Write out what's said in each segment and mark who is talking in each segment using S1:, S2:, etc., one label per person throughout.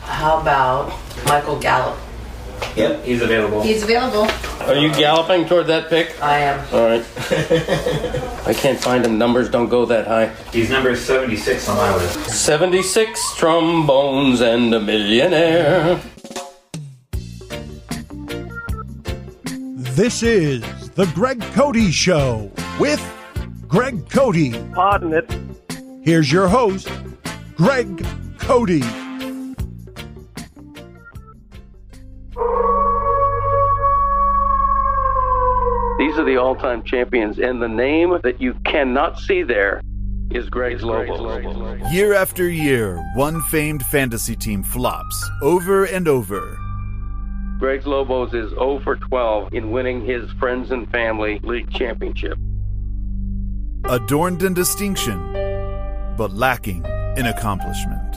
S1: how about Michael Gallup?
S2: Yep, he's available.
S3: He's available.
S4: Are you galloping toward that pick?
S1: I am.
S4: All right. I can't find him. Numbers don't go that high.
S2: He's number 76 on my list.
S4: 76 trombones and a millionaire.
S5: This is The Greg Cody Show with Greg Cody.
S6: Pardon it.
S5: Here's your host, Greg Cody.
S4: These are the all time champions, and the name that you cannot see there is Greg Lobo.
S7: Year after year, one famed fantasy team flops over and over.
S4: Greg Lobos is 0 for 12 in winning his Friends and Family League Championship.
S7: adorned in distinction, but lacking in accomplishment.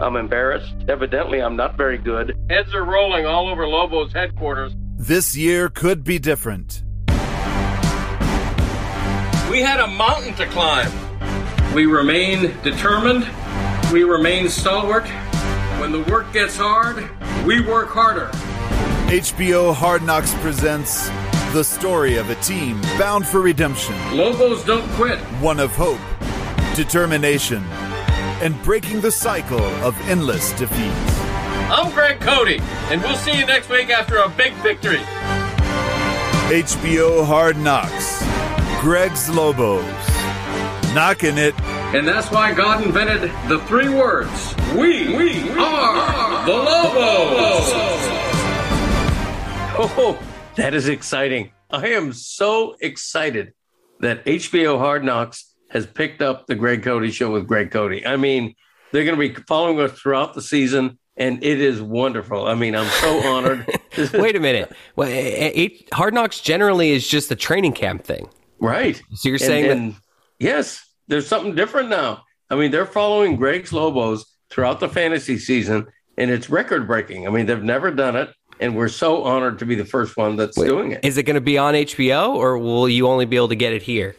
S4: I'm embarrassed. Evidently, I'm not very good. Heads are rolling all over Lobo's headquarters.
S7: This year could be different.
S4: We had a mountain to climb. We remain determined. We remain stalwart. When the work gets hard, we work harder.
S7: HBO Hard Knocks presents the story of a team bound for redemption,
S4: Lobos don't quit.
S7: one of hope, determination, and breaking the cycle of endless defeat.
S4: I'm Greg Cody, and we'll see you next week after a big victory.
S7: HBO Hard Knocks, Greg's Lobos, knocking it
S4: And that's why God invented the three words We, we, are, the Lobos. Oh, that is exciting. I am so excited that HBO Hard Knocks has picked up the Greg Cody show with Greg Cody. I mean, they're going to be following us throughout the season, and it is wonderful. I mean, I'm so honored. This is-
S8: Wait a minute. Well, eh, eh, Hard Knocks generally is just a training camp thing.
S4: right.
S8: So you're saying that
S4: and yes, there's something different now. I mean, they're following Greg's Lobos throughout the fantasy season, and it's record breaking. I mean, they've never done it, and we're so honored to be the first one that's doing it.
S8: is it going to be on HBO or will you only be able to get it here?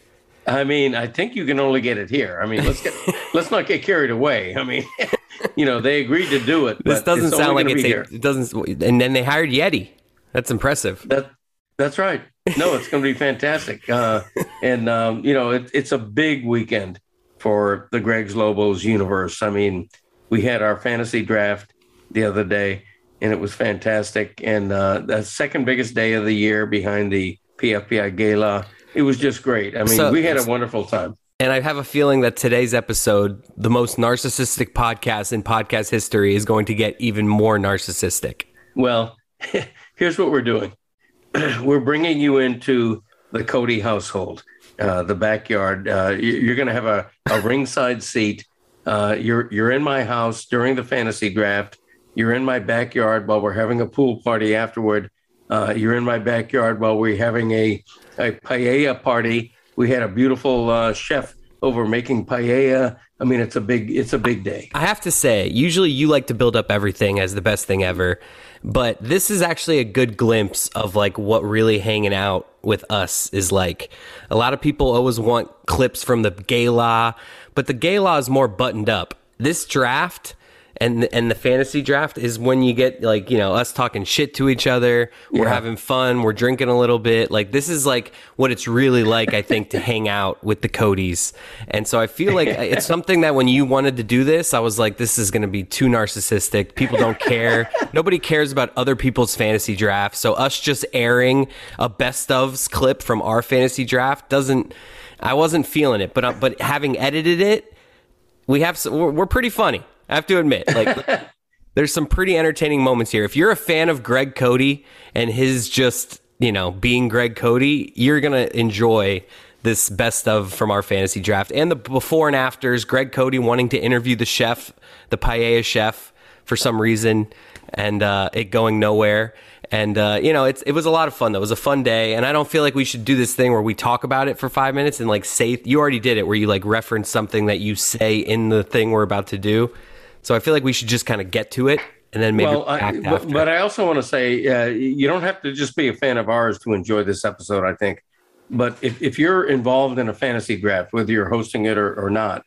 S4: I mean, I think you can only get it here. I mean, let's get let's not get carried away. I mean, you know, they agreed to do it.
S8: This
S4: but
S8: doesn't
S4: it's only
S8: sound like
S4: gonna
S8: it's
S4: be
S8: a,
S4: here.
S8: it doesn't. And then they hired Yeti. That's impressive.
S4: That that's right. No, it's going to be fantastic. Uh, and um, you know, it, it's a big weekend for the Greg's Lobos universe. I mean, we had our fantasy draft the other day, and it was fantastic. And uh, the second biggest day of the year behind the PFPI Gala. It was just great. I mean,
S8: So-
S4: we had a wonderful time.
S8: And I have a feeling that today's episode, the most narcissistic podcast in podcast history, is going to get even more narcissistic.
S4: Well, here's what we're doing we're bringing you into the Cody household, uh, the backyard. Uh, you- you're going to have a, a ringside seat. Uh, you're, you're in my house during the fantasy draft. You're in my backyard while we're having a pool party afterward. Uh, you're in my backyard while we're having a, a paella party. We had a beautiful uh, chef over making paella. I mean, it's a big it's a big day.
S8: I have to say, usually you like to build up everything as the best thing ever, but this is actually a good glimpse of like what really hanging out with us is like. A lot of people always want clips from the gala, but the gala is more buttoned up. This draft and and the fantasy draft is when you get like, you know, us talking shit to each other, we're having fun, we're drinking a little bit. Like this is like what it's really like I think to hang out with the Codys. And so I feel like it's something that when you wanted to do this, I was like, this is going to be too narcissistic. People don't care. Nobody cares about other people's fantasy drafts. So us just airing a best ofs clip from our fantasy draft doesn't. I wasn't feeling it, but uh, but having edited it, we have some, we're, we're pretty funny. I have to admit, like. There's some pretty entertaining moments here. If you're a fan of Greg Cody and his just, you know, being Greg Cody, you're going to enjoy this best of from our fantasy draft and the before and afters. Greg Cody wanting to interview the chef, the paella chef, for some reason, and uh, it going nowhere. And, uh, you know, it's, it was a lot of fun, though. It was a fun day. And I don't feel like we should do this thing where we talk about it for five minutes and, like, say, you already did it, where you, like, reference something that you say in the thing we're about to do. So I feel like we should just kind of get to it and then maybe
S4: well, I,
S8: act
S4: but,
S8: after.
S4: but I also want to say uh, you don't have to just be a fan of ours to enjoy this episode. I think, but if, if you're involved in a fantasy draft, whether you're hosting it or, or not,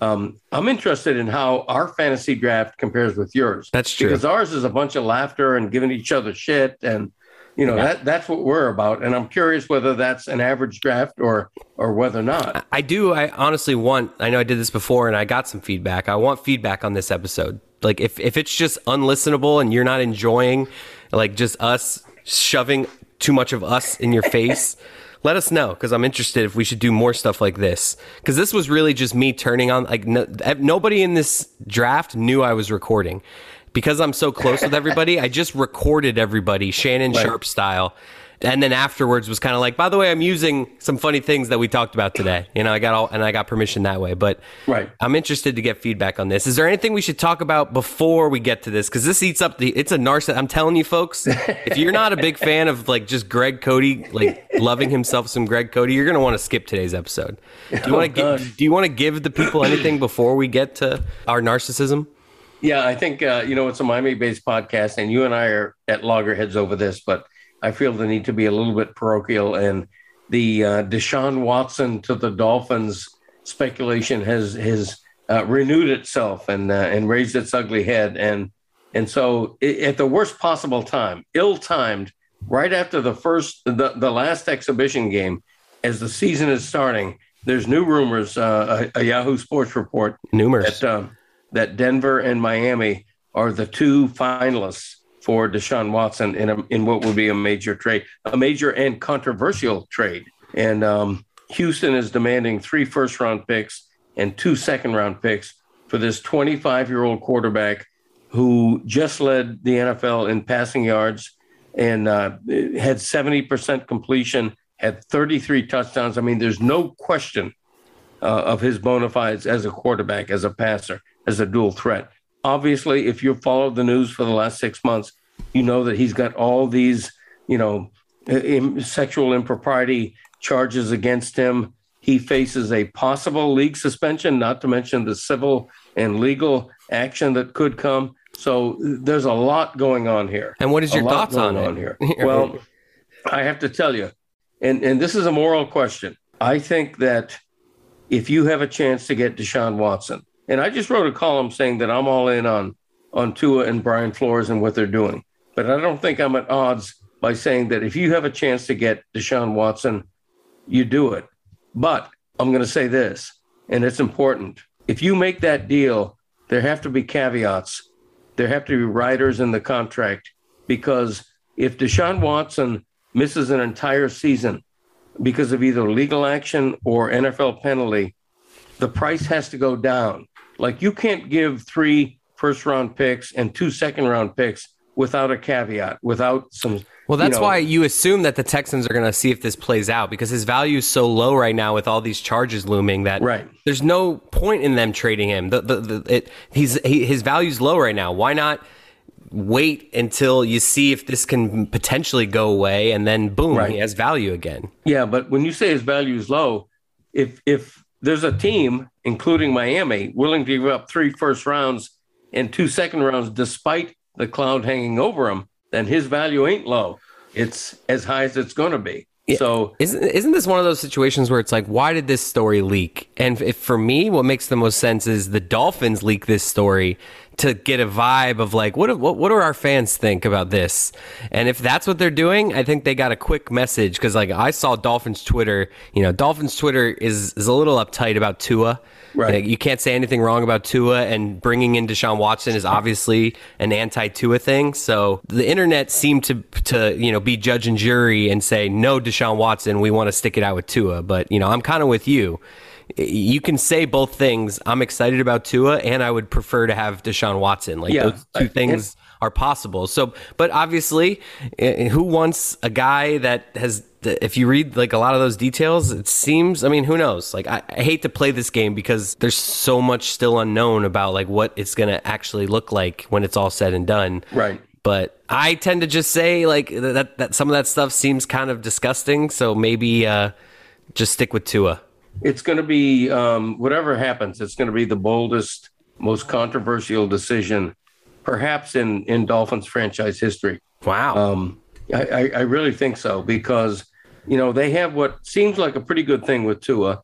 S4: Um, I'm interested in how our fantasy draft compares with yours.
S8: That's true.
S4: Because ours is a bunch of laughter and giving each other shit, and you know that that's what we're about. And I'm curious whether that's an average draft or or whether not.
S8: I do. I honestly want. I know I did this before, and I got some feedback. I want feedback on this episode. Like, if if it's just unlistenable and you're not enjoying, like, just us shoving too much of us in your face, let us know because I'm interested if we should do more stuff like this. Because this was really just me turning on. Like, no, ev- nobody in this draft knew I was recording. Because I'm so close with everybody, I just recorded everybody, Shannon Sharp style. And then afterwards was kind of like, by the way, I'm using some funny things that we talked about today. You know, I got all and I got permission that way. But
S4: Right.
S8: I'm interested to get feedback on this. Is there anything we should talk about before we get to this? Because this eats up the. It's a narcissist. I'm telling you, folks. If you're not a big fan of like just Greg Cody, like loving himself some Greg Cody, you're gonna want to skip today's episode. Do you want to
S4: gosh.
S8: give? Do you want to give the people anything before we get to our narcissism?
S4: Yeah, I think uh, you know it's a Miami-based podcast, and you and I are at loggerheads over this, but I feel the need to be a little bit parochial. And the uh, Deshaun Watson to the Dolphins speculation has has uh, renewed itself and uh, and raised its ugly head, and and so i at the worst possible time, ill-timed, right after the first the, the last exhibition game, as the season is starting, there's new rumors. Uh, a, a Yahoo Sports report
S8: Numerous.
S4: that um, that Denver and Miami are the two finalists for Deshaun Watson in a, in what would be a major trade, a major and controversial trade. And um, Houston is demanding three first round picks and two second round picks for this 25 year old quarterback who just led the NFL in passing yards and uh, had 70% completion, had 33 touchdowns. I mean, there's no question uh, of his bona fides as a quarterback, as a passer, as a dual threat. Obviously, if you've followed the news for the last six months, you know that he's got all these, you know, i- im- sexual impropriety charges against him. He faces a possible league suspension, not to mention the civil and legal action that could come. So uh, there's a lot going on here.
S8: And what is
S4: A
S8: your
S4: lot
S8: thoughts on
S4: going
S8: it?
S4: on here? well, I have to tell you, and, and this is a moral question. I think that if you have a chance to get Deshaun Watson, and I just wrote a column saying that I'm all in on on Tua and Brian Flores and what they're doing, but I don't think I'm at odds by saying that if you have a chance to get Deshaun Watson, you do it. But I'm going to say this, and it's important. If you make that deal, there have to be caveats. There have to be riders in the contract because if Deshaun Watson misses an entire season because of either legal action or NFL penalty, the price has to go down. Like you can't give three first round picks and two second round picks without a caveat, without some. you
S8: Well, that's
S4: know-
S8: why you assume that the Texans are going to see if this plays out because his value is so low right now with all these charges looming that
S4: Right.
S8: there's no point in them trading him. The, the, the, it, he's, he, his value's low right now. Why not wait until you see if this can potentially go away and then boom,
S4: Right.
S8: he has value again?
S4: Yeah, but when you say his value is low, if if there's a team, including Miami, willing to give up three first rounds and two second rounds despite the cloud hanging over him, then his value ain't low. It's as high as it's going to be. So
S8: Isn't isn't this one of those situations where it's like, why did this story leak? And if, for me, what makes the most sense is the Dolphins leak this story to get a vibe of like, what do- what what do our fans think about this? And if that's what they're doing, I think they got a quick message because like I saw Dolphins Twitter, you know, Dolphins Twitter is is a little uptight about Tua.
S4: Right.
S8: Like, you can't say anything wrong about Tua, and bringing in Deshaun Watson is obviously an anti-Tua thing. So the internet seemed to to you know be judge and jury and say no Deshaun Watson, we want to stick it out with Tua. But you know I'm kind of with you. You can say both things. I'm excited about Tua, and I would prefer to have Deshaun Watson. Like
S4: Yeah.
S8: those two things are possible. So, but obviously, eh, who wants a guy that has? If you read like a lot of those details, it seems. I mean, who knows? Like, I, I hate to play this game because there's so much still unknown about like what it's gonna actually look like when it's all said and done.
S4: Right.
S8: But I tend to just say like th- that that some of that stuff seems kind of disgusting. So maybe uh, just stick with Tua.
S4: it's going to be um, whatever happens. It's going to be the boldest, most controversial decision, perhaps in in Dolphins franchise history.
S8: Wow.
S4: Um, I, I, I really think so because, you know, they have what seems like a pretty good thing with Tua.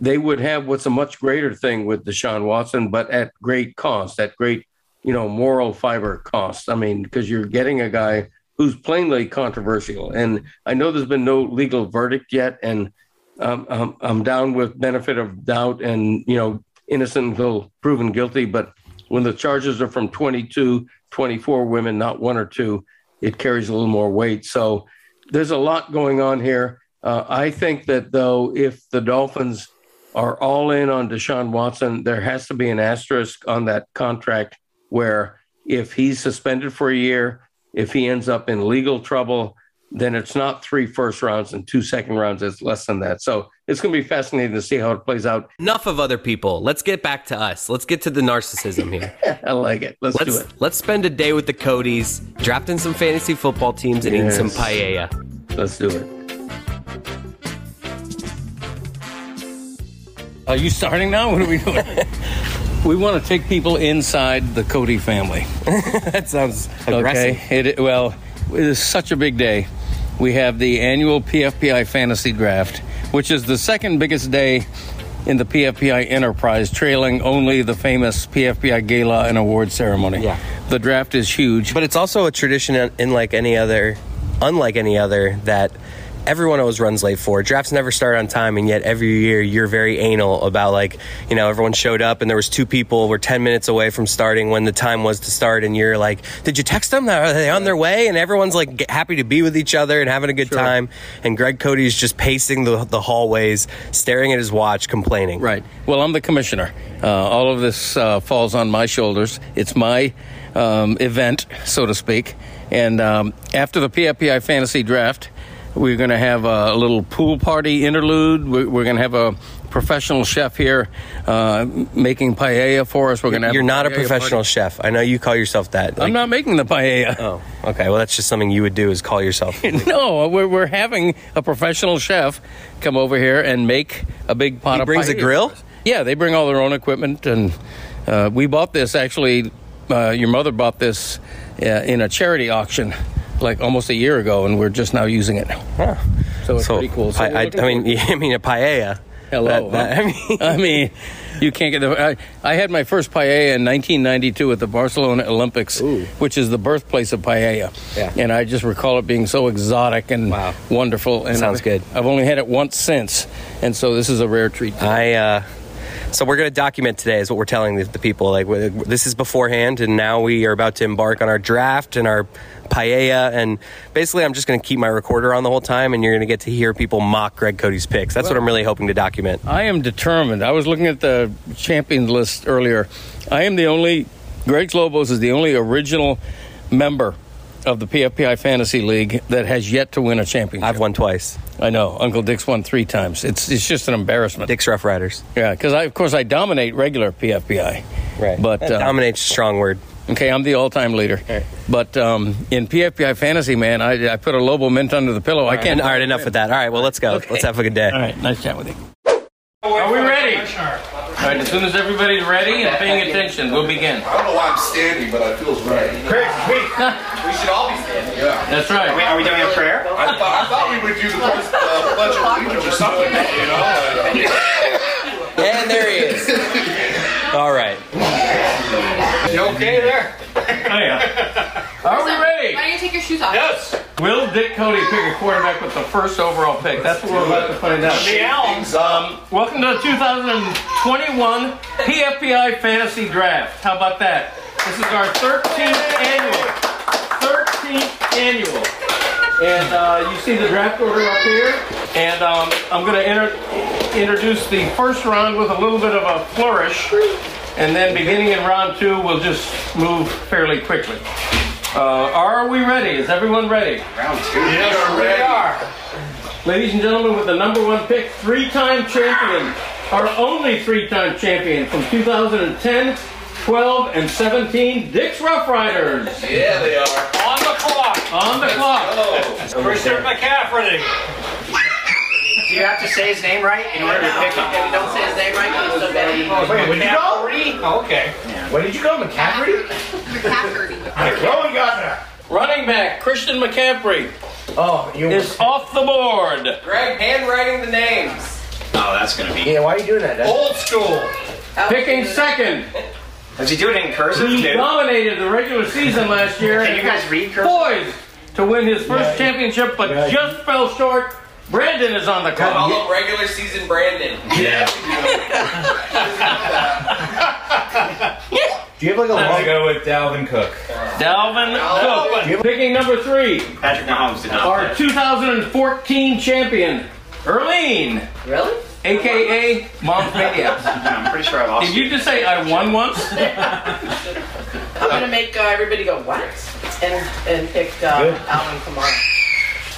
S4: they would have what's a much greater thing with Deshaun Watson, but at great cost, at great, you know, moral fiber cost. I mean, because you're getting a guy who's plainly controversial. And I know there's been no legal verdict yet, and um, I'm, I'm down with benefit of doubt and, you know, innocent until proven guilty. But when the charges are from 22, 24 women, not one or two, it carries a little more weight. So there's a lot going on here. Uh, I think that though, if the Dolphins are all in on Deshaun Watson, there has to be an asterisk on that contract where if he's suspended for a year, if he ends up in legal trouble, then it's not three first rounds and two second rounds. It's less than that. So it's going to be fascinating to see how it plays out.
S8: Enough of other people. Let's get back to us. Let's get to the narcissism here.
S4: I like it. Let's,
S8: let's
S4: do it.
S8: let's spend a day with the Codys, drafting some fantasy football teams and
S4: Yes.
S8: eating some paella.
S4: Let's do it. Are you starting now? What are we doing? we want to take people inside the Cody family.
S8: That sounds
S4: Okay. It, well, it is such a big day. We have the annual PFPI fantasy draft, which is the second biggest day in the PFPI enterprise, trailing only the famous PFPI gala and award ceremony.
S8: Yeah.
S4: The draft is huge.
S8: But it's also a tradition in, in like any other, unlike any other, that everyone always runs late for. Drafts never start on time, and yet every year you're very anal about like, you know, everyone showed up and there was two people were ten minutes away from starting when the time was to start, and you're like, did you text them? Are they on their way? And everyone's like g- happy to be with each other and having a good time, and Greg Cody is just pacing the, the hallways, staring at his watch, complaining.
S4: Right. Well, I'm the commissioner. Uh, all of this uh, falls on my shoulders. It's my um, event, so to speak. And um, after the PFPI fantasy draft, we're going to have a little pool party interlude. We- We're going to have a professional chef here uh, making paella for us. We're going to.
S8: You're not a professional chef. I know you call yourself that.
S4: I'm
S8: Like-
S4: not making the paella.
S8: Oh, okay. Well, that's just something you would do is call yourself.
S4: No, we're, we're having a professional chef come over here and make a big pot
S8: He
S4: of
S8: brings a
S4: paella
S8: grill?
S4: for us. Yeah, they bring all their own equipment, and uh, we bought this actually. Uh, your mother bought this uh, in a charity auction like almost a year ago, and we're just now using it. So it's
S8: So,
S4: pretty cool. So
S8: I,
S4: we're
S8: I,
S4: looking
S8: I mean, I mean a paella.
S4: Hello.
S8: That- that-
S4: huh?
S8: I
S4: I
S8: mean,
S4: mean, you can't get the. I, I had my first paella in 1992 at the Barcelona Olympics, which is the birthplace of paella.
S8: Yeah.
S4: And I just recall it being so exotic and
S8: Wow.
S4: wonderful. And
S8: Sounds
S4: I've-
S8: good.
S4: I've only had it once since, and so this is a rare treat.
S8: I. Uh, so we're going to document today is what we're telling the, the people. Like we're- this is beforehand, and now we are about to embark on our draft and our paella. And basically, I'm just going to keep my recorder on the whole time, and you're going to get to hear people mock Greg Cody's picks. That's what I'm really hoping to document.
S4: I am determined. I was looking at the champions list earlier. I am the only, Greg Lobos is the only original member of the PFPI Fantasy League that has yet to win a championship.
S8: I've won twice.
S4: I know. Uncle Dick's won three times. It's, it's just an embarrassment.
S8: Dick's Rough Riders.
S4: Yeah, because I, of course, I dominate regular PFPI. But
S8: That
S4: uh,
S8: dominates a strong word.
S4: okay, I'm the all-time leader. But um, in PFPI fantasy, man, I, I put a Lobo mint under the pillow. I
S8: And
S4: can't.
S8: all right, enough with that. All right, well, let's go. Let's have a good day.
S4: All right, nice chat with you. Are we ready? All right, as soon as everybody's ready and paying attention, we'll begin.
S3: I don't know why I'm standing, but I feels right.
S6: Chris, we, we should all be standing.
S4: That's
S6: Are we,
S4: right.
S6: are we doing a prayer?
S3: I thought, I thought we would do the first uh, pledge of allegiance or something, you know?
S8: And there he is. All right.
S6: You okay there?
S4: uh, Are we ready?
S9: Why don't you take your shoes off?
S6: Yes.
S4: Will Dick Cody pick a quarterback with the first overall pick? That's what we're about to find out. Um,
S6: The Elms.
S4: Welcome to the 2021 PFPI Fantasy Draft. How about that? This is our 13th annual. 13th annual. And uh, you see the draft order up here. And um, I'm going to inter- introduce the first round with a little bit of a flourish. And then beginning in round two, we'll just move fairly quickly. Uh, are we ready? Is everyone ready?
S3: Yes, we are.
S4: Ladies and gentlemen, with the number one pick, three-time champion, our only three-time champion from 2010, 12, and 17, Dick's Rough Riders.
S3: Yeah, they are.
S6: On the clock.
S4: On the clock.
S3: Oh,
S6: Christopher McCaffrey. Do you have to say his name right in order to pick him?
S1: If you don't say his name right, you still get it.
S6: Wait, what did you go? Oh, okay. What did you go, McCaffrey?
S9: McCafferty.
S6: Oh, we got that.
S4: Running back Christian McCaffrey
S6: Oh, you.
S4: is off the board.
S8: Greg handwriting the names.
S6: Oh, that's gonna be
S10: Yeah, why are you doing that? Dad?
S6: old school.
S11: Picking second,
S6: Does he do it in cursive
S11: he
S6: too?
S11: dominated the regular season last year.
S6: Can you guys read cursive?
S11: Boys to win his first championship, but
S10: Right.
S11: just fell short. Brandon is on the call.
S8: Follow regular season Brandon.
S10: Do you have like a long?
S12: go with Dalvin Cook.
S11: Dalvin Cook, picking number three,
S6: Patrick Mahomes did not.
S11: our 2014 champion, Erlene,
S8: Really?
S11: aka Mom's Maniacs.
S6: I'm pretty sure I lost.
S11: Did you just say I won once?
S8: I'm gonna make uh, everybody go what? And and pick uh, Alvin Kamara.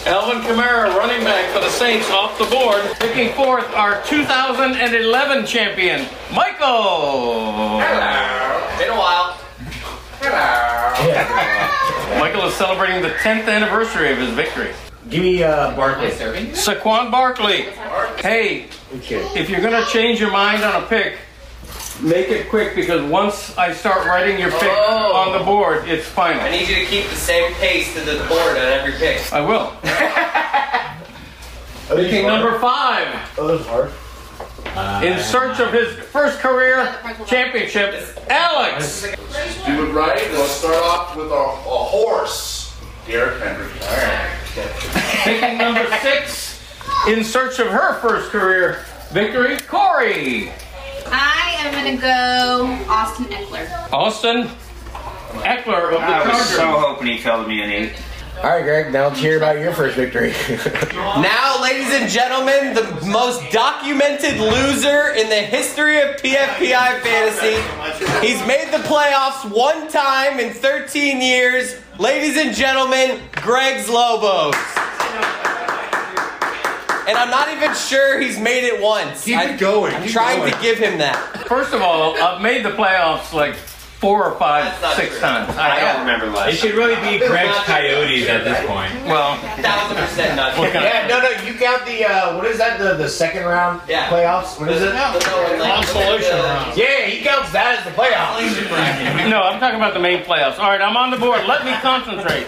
S11: Alvin Kamara, running back for the Saints, off the board. Picking fourth, our 2011 champion, Michael.
S8: Been a while. Hello.
S11: Michael is celebrating the 10th anniversary of his victory.
S10: Give me uh, Barkley.
S8: Serving.
S11: Saquon Barkley. Hey,
S10: Okay.
S11: if you're gonna change your mind on a pick, make it quick because once I start writing your pick
S8: Oh.
S11: on the board, it's
S8: I
S11: final.
S8: need you to keep the same pace to the board on every pick.
S11: I will.
S10: Oh, those
S11: Picking
S10: are-
S11: number five,
S10: Oh, those are.
S11: in
S6: Uh,
S11: search of his first career championship, Alex.
S7: Do it right. We'll start off with a, a horse. Derrick Henry. All right.
S11: Picking number six, in search of her first career victory, Corey.
S13: I am gonna go Austin Eckler.
S11: Austin Eckler of the
S6: I was
S11: Chargers.
S6: so hoping he fell to me in eight.
S10: All right, Greg. Now let's hear about your first victory.
S8: Now, ladies and gentlemen, the most documented loser in the history of PFPI fantasy. He's made the playoffs one time in 13 years. Ladies and gentlemen, Greg's Lobos. And I'm not even sure he's made it once.
S10: Keep it going,
S8: I'm
S10: keep
S8: trying to
S10: going.
S8: give him that.
S11: First of all, I've made the playoffs like four or five,
S8: That's not
S11: six
S8: true.
S11: times.
S6: I don't remember
S12: It
S6: last.
S12: should really be Greg's Coyotes at this point.
S11: Well,
S8: Thousand percent not.
S11: what kind of-
S10: no, no. You got the uh, what is that? The the second round
S8: Yeah.
S10: playoffs. What is it?
S8: Consolation round.
S10: Yeah, he counts that as the playoffs.
S11: No, I'm talking about the main playoffs. All right, I'm on the board. Let me concentrate.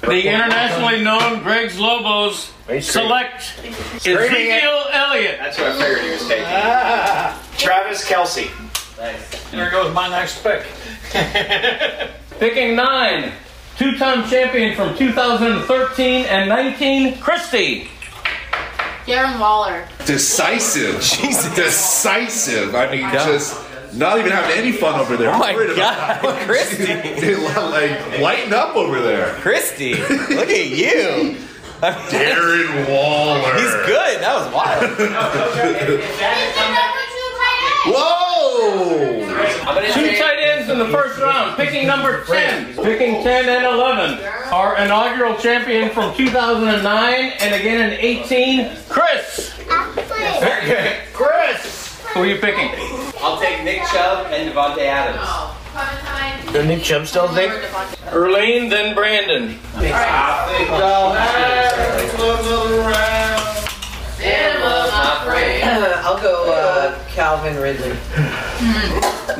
S11: The internationally known Greg's Lobos select Ezekiel Elliott.
S6: That's what I figured he was taking. Travis Kelsey.
S14: There goes my next pick.
S11: Picking nine, two-time champion from 2013 and 19, Christie.
S13: Darren Waller.
S7: Decisive. Jesus. Decisive. I mean, just not even having any fun over there.
S8: Oh my God, Christy,
S7: like, lighten up over there.
S8: Christy, look at you.
S7: Darren Waller.
S8: He's good. That was wild.
S7: Whoa!
S8: I'm gonna
S11: Two tight ends in the first round. Picking number 10. Picking 10 and 11. Our inaugural champion from 2009 and again in 18, Chris. Chris. Who are you picking?
S8: I'll take Nick Chubb and Devontae Adams.
S10: The Nick Chubb still thing.
S11: Erlene, then Brandon.
S8: I'll go uh, Calvin Ridley.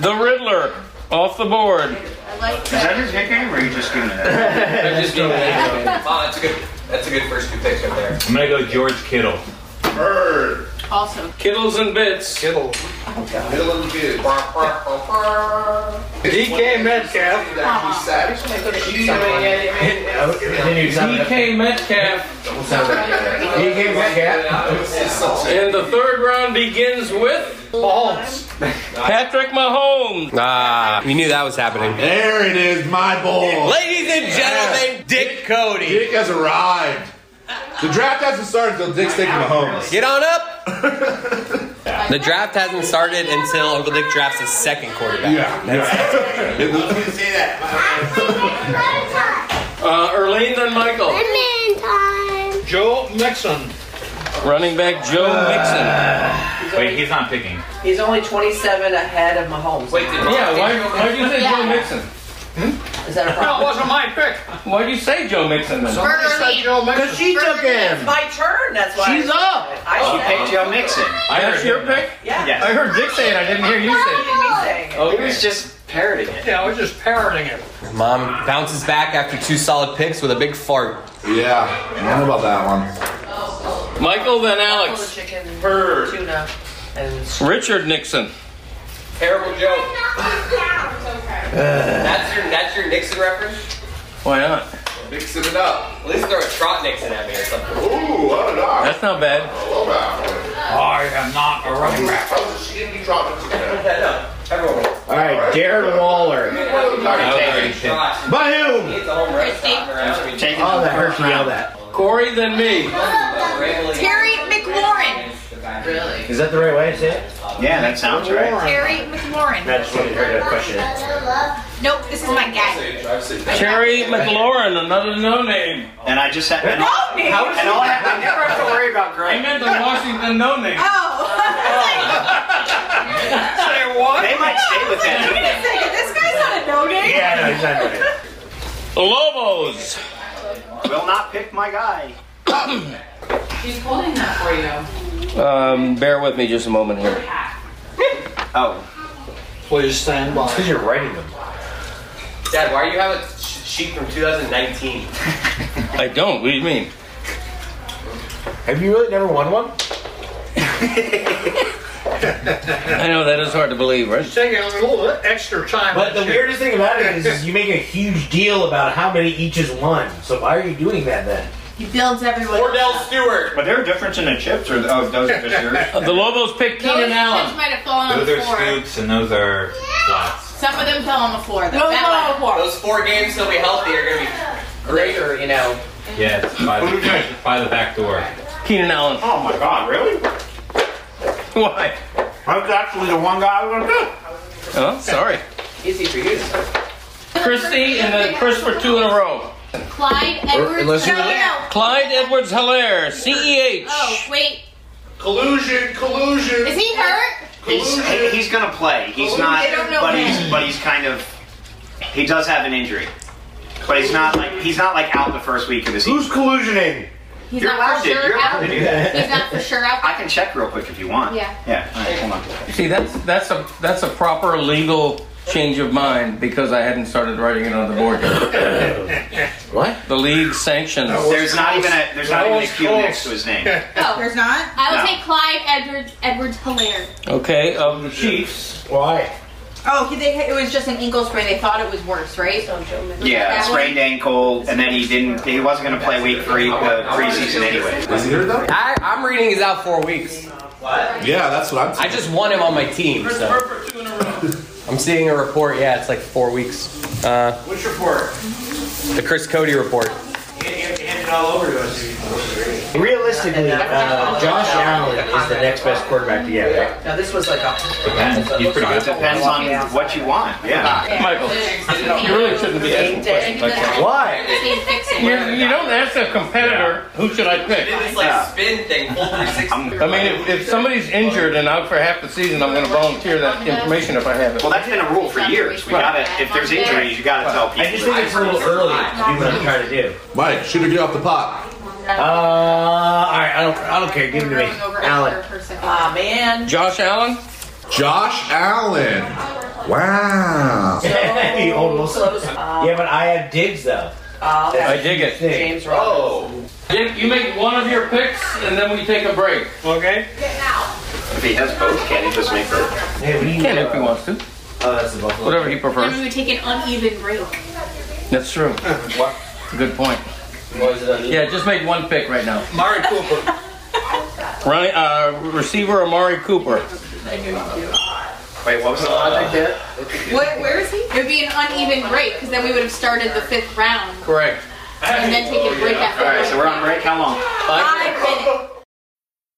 S11: The Riddler off the
S13: I
S11: board.
S13: like
S6: Is
S13: that.
S6: that his nickname, or are you just doing that?
S8: that's a good. That's a good first two picks right there.
S12: I'm gonna go George Kittle.
S7: Bird.
S13: Also,
S11: Kittles and bits.
S7: Middle of the good.
S11: DK Metcalf.
S10: Then you sound like-
S11: DK Metcalf.
S10: He came back at.
S11: And the third round begins with Mahomes. Patrick Mahomes.
S15: Ah,
S8: Uh,
S15: you knew that was happening.
S7: There it is, my ball.
S8: Ladies and gentlemen, Dick Cody.
S7: Dick has arrived. The draft hasn't started until Dick's taking Mahomes.
S8: Get on up. The draft hasn't started until Uncle Dick drafts his second quarterback.
S7: Yeah. yeah. It was-
S11: Uh, Erlene, then Michael.
S14: Joe Mixon.
S11: Running back Joe Mixon.
S12: Wait, he's not picking.
S16: He's only 27 ahead of Mahomes.
S8: Wait, did
S11: Yeah, why, why do you say Joe Mixon?
S16: Is that a
S14: That
S16: problem?
S14: wasn't my pick.
S11: Why do you say Joe Mixon then?
S14: Somebody said Joe Mixon.
S16: she
S10: took him.
S16: My turn. That's why.
S14: She's up.
S16: I
S6: Oh,
S16: said-
S6: you picked Joe Mixon.
S11: I That's your pick?
S16: Yeah.
S6: Yes.
S11: I heard Dick say it, I didn't hear you say it.
S16: Me saying it.
S6: He was just parroting it.
S14: Yeah, I was just parroting it.
S8: Mom bounces back after two solid picks with a big fart.
S7: Yeah. I don't know about that one.
S11: Michael, then Alex.
S17: Buffalo Chicken,
S11: Bird.
S17: Tuna. And
S11: Richard Nixon.
S8: Terrible joke. that's your that's your Nixon reference.
S11: Why not?
S8: Mixing it up. At least throw a trot Nixon at me or something.
S4: Ooh, I don't know.
S11: That's not bad.
S18: I am not a running back.
S6: All right, Darren Waller. By whom? Taking all that hurts and all that.
S11: Corey, then me.
S16: Terry McLaurin. Really?
S6: Is that the right way to say it? Yeah, that sounds right.
S16: Terry McLaurin.
S6: That's what you heard that question.
S16: Nope, this is my guy.
S11: Terry McLaurin, another no name.
S6: And I just had.
S16: No name?
S6: And all I, I never have to worry about Greg.
S11: I meant the Washington no name.
S6: Say what? They might stay with that.
S16: Wait a second, this guy's not a no name.
S6: Yeah, no, exactly.
S11: Lobos.
S6: Will not pick my guy.
S17: She's holding that for you.
S11: Um, bear with me just a moment here.
S6: Oh. Please stand by. Because you're writing them.
S8: Dad, why do you have a sh- sheet from 2019?
S11: I don't. What do you mean?
S19: Have you really never won one?
S11: I know that is hard to believe, right?
S19: Taking a little extra time.
S20: But the weirdest thing about it is, is you make a huge deal about how many each is one. So why are you doing that then?
S16: He builds everyone. Cordell
S8: Stewart.
S6: But there a difference in the chips, or oh, those are just yours.
S11: the Lobos picked
S16: Those chips might have fallen on
S18: Those
S16: the
S18: are
S16: floor.
S18: scoops and those are flats.
S16: Some of them fell on the floor. Though. That one.
S8: Those four games that'll be healthy are gonna be greater, you know.
S18: Yes, by the, by the back door.
S11: Keenan Allen.
S6: Oh my god, really?
S11: Why?
S6: I was actually the one guy I was going to pick.
S11: Oh, sorry.
S8: Easy for you.
S11: Christy and then Chris for two in a row.
S16: Clyde Edwards.
S11: Unless
S16: No,
S11: you-
S16: no, no.
S11: Clyde Edwards Hilaire, E CEH.
S16: Oh wait,
S4: Collusion, collusion.
S16: is he hurt?
S6: He's he- he's gonna play. He's not,
S16: I don't know
S6: but
S16: when.
S6: he's but he's kind of he does have an injury, but he's not like he's not like out the first week of the season. Who's collusioning?
S16: He's
S6: You're
S16: not
S6: allowed
S16: for
S6: to.
S16: sure
S6: You're allowed
S16: out.
S6: to do that.
S16: He's not for sure out.
S6: I can check real quick if you want.
S16: Yeah.
S6: Yeah. All right, hold on.
S11: See, that's that's a that's a proper legal change of mind because I hadn't started writing it on the board. what? The league sanctions.
S6: There's not even a there's not even a Q next to his name.
S16: Oh, there's not. I will
S6: No.
S16: take Clyde Edwards Edwards Hilaire.
S11: Okay, of the Chiefs. Why?
S16: Oh, he, they, it was just an ankle sprain. They thought it was worse, right?
S6: Yeah, sprained ankle, and then he didn't. He wasn't gonna play week three the preseason anyway.
S8: Is he hurt though? I, I'm reading he's out four weeks. What?
S21: Yeah, that's what I'm.
S8: I just want him on my team, so I'm seeing a report. Yeah, it's like four weeks. Uh,
S22: Which report?
S8: the Chris Cody report.
S22: Hand it all over to us.
S20: Realistically, uh, Josh Allen is the next best quarterback to get. Right?
S17: Now this was like a.
S6: Depends.
S17: He's pretty good.
S6: Depends on what you want. Yeah.
S11: Michael, you really shouldn't be asking questions like that. You, you don't ask a competitor, who should I pick?
S8: It's like spin thing. Full 360.
S11: I mean, if, if somebody's injured and out for half the season, I'm going to volunteer that information if I have it.
S6: Well, that's been a rule for years. We gotta, if there's injuries, you gotta tell people.
S20: I just think it's a little early to do what I'm trying to do.
S21: Mike, shoot or get off the pot.
S20: Uh, all right, I don't, I don't care. Give it to me, Allen.
S17: Ah man.
S11: Josh Allen.
S21: Josh Allen. Wow.
S20: He almost-
S17: Uh,
S20: Yeah, but I have digs though.
S17: uh,
S11: I dig it.
S17: James Roberts.
S6: Oh.
S11: You, you make one of your picks, and then we take a break. Okay.
S6: If he has both, can he just make both?
S11: He can if he wants to.
S20: Oh, that's the Buffalo.
S11: Whatever he
S16: Then
S11: prefers.
S16: we would take an uneven break.
S11: That's true.
S19: Uh-huh.
S11: Good point. Yeah, just make one pick right now.
S19: Mari Cooper.
S11: Running uh, receiver Amari Cooper.
S6: Wait, what was the
S16: What, where is he? It would be an uneven break because then we would have started the fifth round
S11: Correct.
S16: and then taken a break after.
S6: Oh, All right, so we're on break. How long?
S16: Five minutes.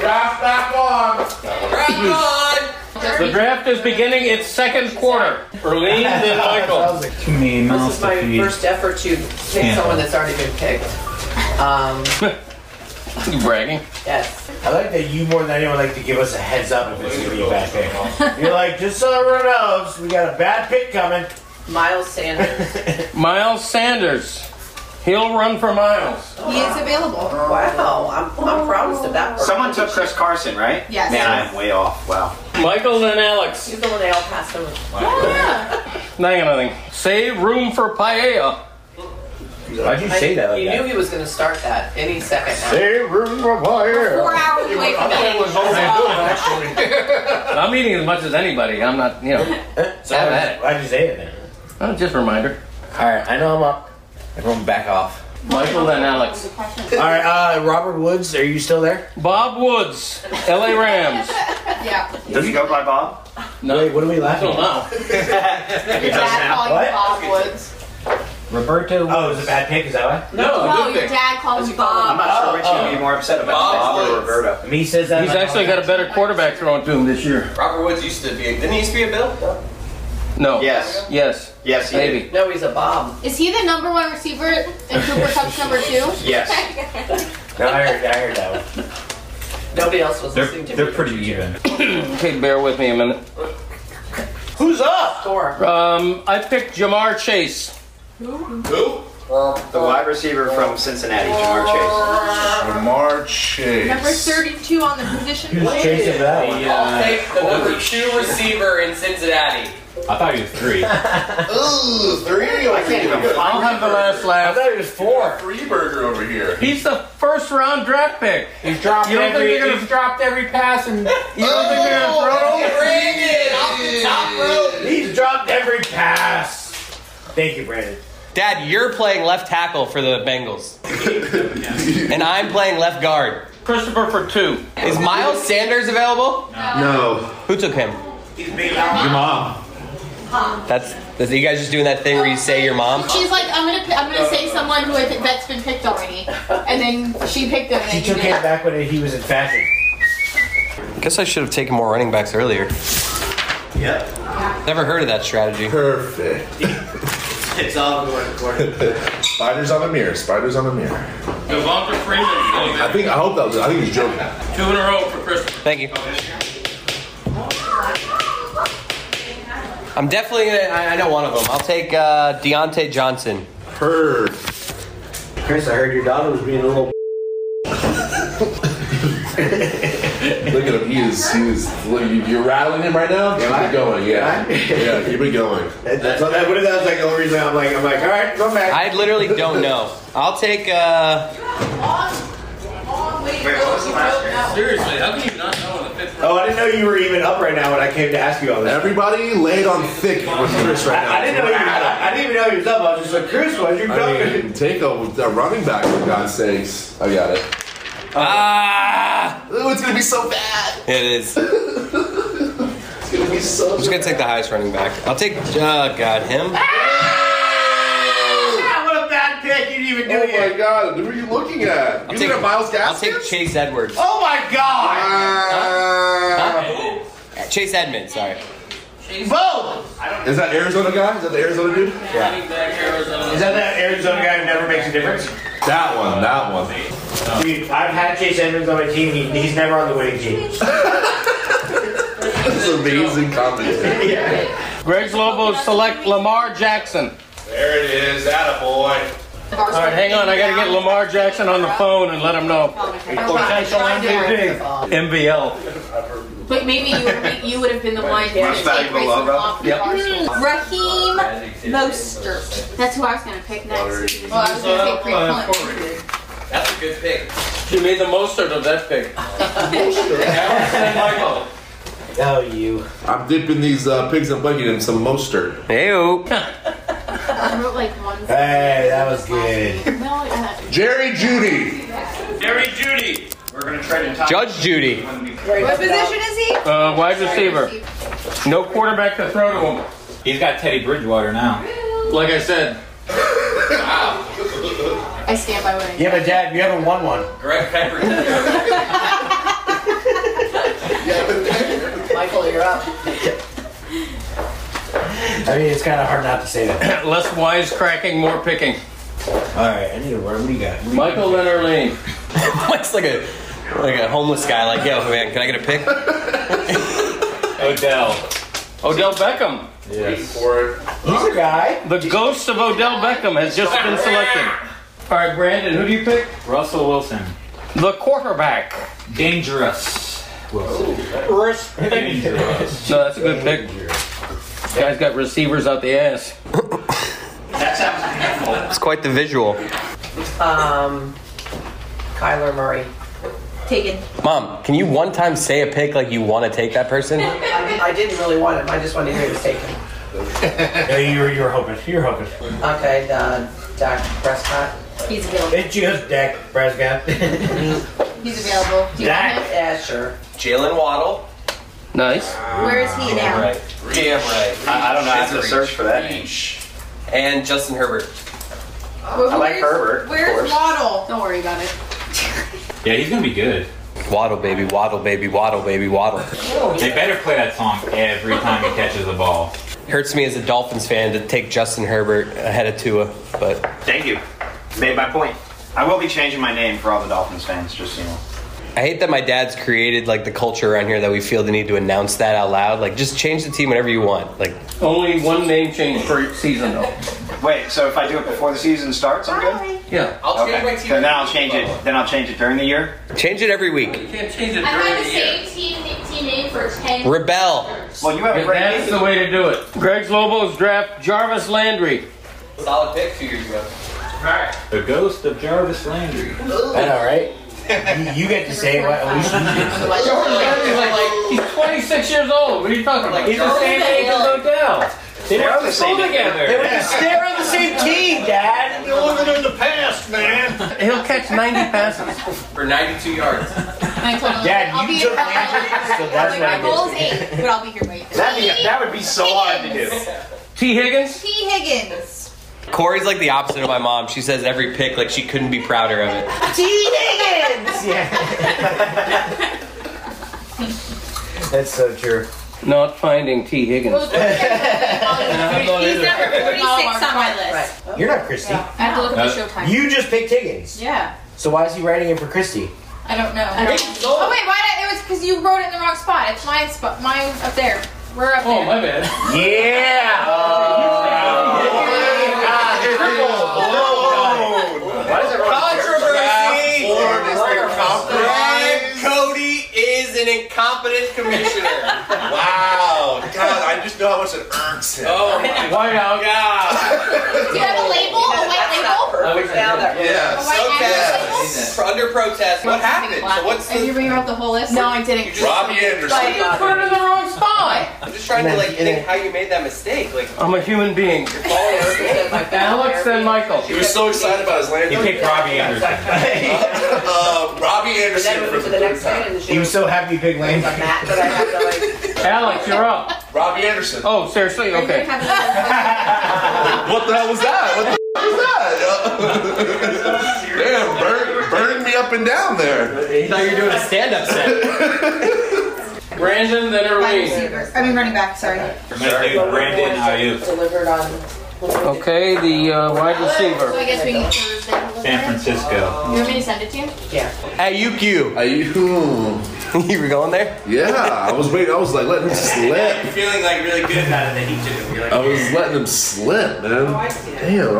S23: Draft back on.
S11: The draft is beginning its second quarter. Erlene and Michael.
S24: Too many
S16: This is my first effort to pick
S24: Yeah.
S16: someone that's already been picked. Um,
S11: you bragging?
S16: Yes.
S4: I like that you more than anyone like to give us a heads up if it's gonna be a bad pick. You're like, just so everyone knows, we got a bad pick coming.
S16: Miles Sanders.
S11: Miles Sanders. He'll run for miles.
S25: He is available.
S16: Wow, I'm, I'm proudest of that. person.
S7: Someone took Chris Carson, right?
S25: Yes.
S7: Man, I am way off. Wow.
S11: Michael and Alex.
S16: He's the one they all passed over.
S11: Nothing, nothing. Save room for paella. Why'd
S16: I- You knew he was going to start that any second. now.
S11: Save room for paella.
S16: Four hours away from it.
S11: I'm eating as much as anybody. I'm not, you know. have at it.
S4: Why'd you say it then?
S11: Oh, just a reminder.
S4: All right, I know I'm up. Everyone back off.
S11: Michael and Alex.
S4: All right, uh, Robert Woods, are you still there?
S11: Bob Woods, LA Rams.
S25: Yeah.
S7: Does he go by Bob?
S11: No.
S4: Wait, what are we laughing
S11: don't know.
S25: Your dad called you Bob Woods.
S4: Roberto. Oh, it was a bad pick, is that why?
S25: No, your dad called you Bob.
S7: I'm not sure which you'd be more upset about, Bob or Roberto.
S4: Me says that.
S11: He's actually got a better quarterback thrown to him this year.
S8: Robert Woods used to be. Didn't he used to be a Bill?
S11: No.
S7: Yes.
S11: Yes.
S7: Yes, he
S11: Maybe.
S16: No, he's a Bob.
S25: Is he the number one receiver and Cooper Cup's number two?
S7: Yes.
S4: No, I heard, I heard that one.
S16: Nobody else was
S24: They're,
S16: listening to
S24: they're
S16: me.
S24: pretty even.
S11: okay, bear with me a minute.
S4: Who's up?
S16: Score.
S11: Um, I picked Jamar Chase.
S7: Who? The wide receiver from Cincinnati, Jamar Chase.
S3: Jamar Chase.
S25: Number 32 on the position.
S4: Who's chasing that one?
S8: I'll take the number
S24: Holy
S8: two receiver in Cincinnati.
S24: I thought he was three.
S23: Ooh, three.
S7: I can't even
S11: I'll have the last laugh.
S4: thought it was four.
S23: Free burger over here.
S11: He's the first round draft pick.
S4: He's dropped
S11: You don't think
S4: every.
S11: they're gonna- Oh,
S4: He's dropped every pass and.
S11: You don't think they're gonna throw it over?
S8: Brandon, off the top rope.
S4: He's dropped every pass. Thank you, Brandon.
S8: Dad, you're playing left tackle for the Bengals, and I'm playing left guard.
S11: Christopher for two.
S8: Is Miles Sanders available?
S3: No.
S8: Who took him?
S3: Your mom.
S8: That's. Are you guys just doing that thing where you say your mom?
S25: She's like, I'm gonna, I'm gonna say someone who I think that's been picked already, and then she picked him.
S4: He
S25: And
S4: took
S25: then
S4: it
S25: you did.
S4: back when he was in fashion.
S8: Guess I should have taken more running backs earlier.
S7: Yep.
S8: Never heard of that strategy.
S3: Perfect.
S7: It's all going
S3: Spiders on a mirror. Spiders on a mirror.
S24: Devonta
S3: I
S24: Freeman,
S3: think. I hope that was. I think he was joking.
S24: two in a row for Christopher.
S8: Thank you. I'm definitely gonna. I, I know one of them. I'll take uh, Deontay Johnson.
S3: Heard.
S4: Chris, I heard your daughter was being a little.
S3: Look at him. He is. He is. Look, you- you're rattling him right now. Keep it going. Yeah. Yeah. Keep it going.
S4: That's what that. What if that was like the only reason I'm like I'm like all right, go back.
S8: I literally don't know. I'll take. Uh,
S7: Wait, what was the last name?
S24: Seriously, how can you not know in the fifth round?
S4: Oh, I didn't know you were even up right now when I came to ask you all this.
S3: Everybody laid on thick with Chris right now.
S4: I didn't know you. were up. I didn't even know you was up. I was just like, Chris, why'd you
S3: I
S4: go?
S3: mean, take a, a running back for God's sakes. I got it.
S8: ah,
S3: Ooh, it's gonna be so bad.
S8: it is. I'm
S3: It's gonna be so.
S8: just gonna take the highest running back. I'll take. Uh, God, him.
S4: Ah, what a bad pick! You didn't even do
S3: Oh
S4: it. yet.
S3: my God! Who are you looking at? You
S8: take-
S3: looking at Miles
S8: I'll
S3: Gaskin?
S8: take Chase Edwards.
S4: Oh my god!
S3: Uh,
S8: Chase Edmonds. Sorry.
S4: Vote!
S3: is that Arizona guy? Is that the Arizona dude?
S4: Is that that Arizona guy who never makes a difference?
S3: That one. That one.
S4: Dude, I've had Chase Edmonds on my team. He, he's never on the winning team.
S3: This is amazing comedy.
S11: Greg Lobos select Lamar Jackson.
S23: There it is. That a boy.
S11: All right, hang on. I gotta get Lamar Jackson on the phone and let him know.
S16: Potential MVP.
S11: MVL.
S25: But maybe you would, you would have been the one to take
S7: Most valuable
S25: Grayson
S7: logo?
S25: off the
S11: Yep.
S25: Arsenal. Raheem Mostert. That's who I was gonna pick next. Well, I was gonna take Greg Hunt.
S24: That's a good pick.
S26: You made the most out of that thing. Michael.
S27: Oh, you. I'm dipping these uh, pigs in blanket in some mustard.
S4: Hey,
S3: I wrote like one.
S27: Hey, that was good.
S3: No, I got it.
S27: Jerry Judy.
S26: Jerry Judy.
S6: We're gonna try to top
S4: Judge Judy.
S3: What position is he?
S4: Uh, wide receiver. No quarterback to throw to him.
S11: He's got Teddy Bridgewater now.
S26: Like I said.
S3: I stand by what I
S28: Yeah, but Dad, you haven't won one.
S26: Greg Pepper.
S16: Michael, you're up.
S28: I mean, it's kind of hard not to say that.
S4: Less wisecracking, more picking.
S28: All right, I need to run. What do you got?
S4: Michael and Arlene.
S8: Mike's like a like a homeless guy. Like, yo, man, can I get a pick?
S11: Odell.
S4: Odell Beckham.
S27: Yes.
S28: He's a guy.
S4: The ghost of Odell Beckham has just been selected. All right, Brandon, who do you pick?
S11: Russell Wilson.
S4: The quarterback.
S11: Dangerous. Wilson. Dangerous.
S4: No, that's a good pick. Guy's got receivers out the ass.
S8: It's quite the visual.
S16: Um, Kyler Murray.
S3: Taken.
S8: Mom, can you one time say a pick like you want to take that person?
S16: I, I didn't really want him. I just wanted to hear he was taken.
S28: Yeah, you were, you were hoping. You were hoping.
S16: Okay, uh, Dak Prescott.
S3: He's available.
S28: It's just Dak Prescott.
S3: He's available. Do you want him?
S16: Yeah, sure.
S8: Jalen Waddle.
S4: Nice.
S3: Where is he now?
S8: Damn right.
S6: I, I don't know. I have to
S8: Reach.
S6: search for that name.
S8: And Justin Herbert.
S3: Well,
S6: I like
S3: where's-
S6: Herbert, of
S3: Where's
S6: course.
S3: Waddle? Oh, Don't worry about it.
S11: Yeah, he's gonna be good.
S8: Waddle baby, waddle baby, waddle baby, waddle.
S11: They better play that song every time he catches the ball.
S8: Hurts me as a Dolphins fan to take Justin Herbert ahead of Tua, but
S6: Thank you. Made my point. I will be changing my name for all the Dolphins fans, just so you know.
S8: I hate that my dad's created like the culture around here that we feel the need to announce that out loud. Like just change the team whenever you want. Like
S4: Only one name change per season, though.
S6: Wait, so if I do it before the season starts, I'm good.
S4: Yeah.
S6: I'll change my team. Then I'll change it. Then I'll change it during the year.
S8: change it every week.
S26: You can't change it
S3: I've
S26: during
S3: had
S26: the
S3: the
S26: year.
S3: same team, team name for 10
S8: Rebel.
S6: Well, you have a
S4: Yeah,
S6: great
S4: that's the way to do it. Greg Lobo's draft Jarvis Landry.
S8: Solid pick two years ago.
S11: The ghost of Jarvis Landry.
S28: I know, right? You, you get to say what at least you
S4: Jarvis Landry's like, like he's 26 years old. What are you talking about?
S11: He's the same age as Odell. They
S6: They're
S11: went
S6: the
S11: to school
S6: same age.
S11: together.
S28: They're on the same team, Dad.
S29: You're living in the past, man.
S4: He'll catch 90 passes.
S8: For 92 yards.
S3: And I told him,
S28: Dad,
S3: I'll
S28: you
S3: be
S28: took
S3: here by
S28: Landry, so that's
S3: eleven.
S28: why I
S3: I was like, my goal is
S28: missed
S3: eight, but I'll be here by eight.
S6: That'd be, that would be so hard to do.
S4: T. Higgins.
S3: T. Higgins.
S8: Corey's like the opposite of my mom. She says every pick like she couldn't be prouder of it.
S16: T. Higgins!
S28: Yeah. That's so true.
S4: Not finding T. Higgins.
S3: He's number 46 on my list.
S28: You're not Christy. Uh,
S3: I have to look at the showtime.
S28: You just picked Higgins.
S3: Yeah.
S28: So why is he writing in for Christy?
S3: I don't know. Oh, wait, why did it was because you wrote it in the wrong spot. It's my spot. Mine up there. We're up
S26: Oh,
S3: there.
S26: my bad.
S28: Yeah.
S8: Controversy!
S7: Right.
S8: Brian Cody is an incompetent commissioner.
S7: Wow. God, I just know how much it irks him.
S8: Oh my
S4: Whiteout.
S8: god.
S3: Do you have a label? A white label?
S7: Yeah,
S3: A
S7: so
S3: white
S7: bad.
S3: label?
S8: For under protest, what happened? So what's
S3: Did you
S8: the
S3: bring out the whole list? No, I didn't.
S7: Robbie
S3: But
S7: Anderson.
S3: you put it in the wrong spot.
S8: I'm just trying to like think how you made that mistake. Like
S4: I'm a human being. Alex and Michael.
S7: He was so excited about his
S11: He
S7: landing.
S11: picked Robbie Anderson.
S7: Uh, Robbie
S16: And then
S7: Anderson
S16: we
S7: for
S16: went to
S7: the
S16: the
S7: third
S16: next
S7: time.
S16: night and she
S28: He was
S16: was
S28: so happy, Big
S16: a
S28: Lane.
S16: mat that I had to like.
S4: Alex, you're up.
S7: Robbie Anderson.
S4: Oh, seriously?
S3: I didn't
S4: Okay.
S3: have the-
S7: What the hell was that? What the f- was that? Uh, Damn, burn, burning me up and down there.
S8: I thought you were doing a stand-up set.
S4: Brandon, then
S3: Wide
S4: Irene.
S3: receiver. I mean, running back, sorry.
S11: I'm gonna do Brandon Ayuk.
S16: Delivered on.
S4: Okay, the uh, wide
S3: So I
S4: receiver.
S3: guess we need Thursday.
S11: San Francisco.
S3: You want me to send it to you?
S16: Yeah.
S8: Hey, UQ.
S27: Are you?
S8: you were going there?
S27: Yeah, I was waiting. I was like letting him slip.
S6: Feeling like really good about it that he did
S27: I was letting him slip, man. Damn, I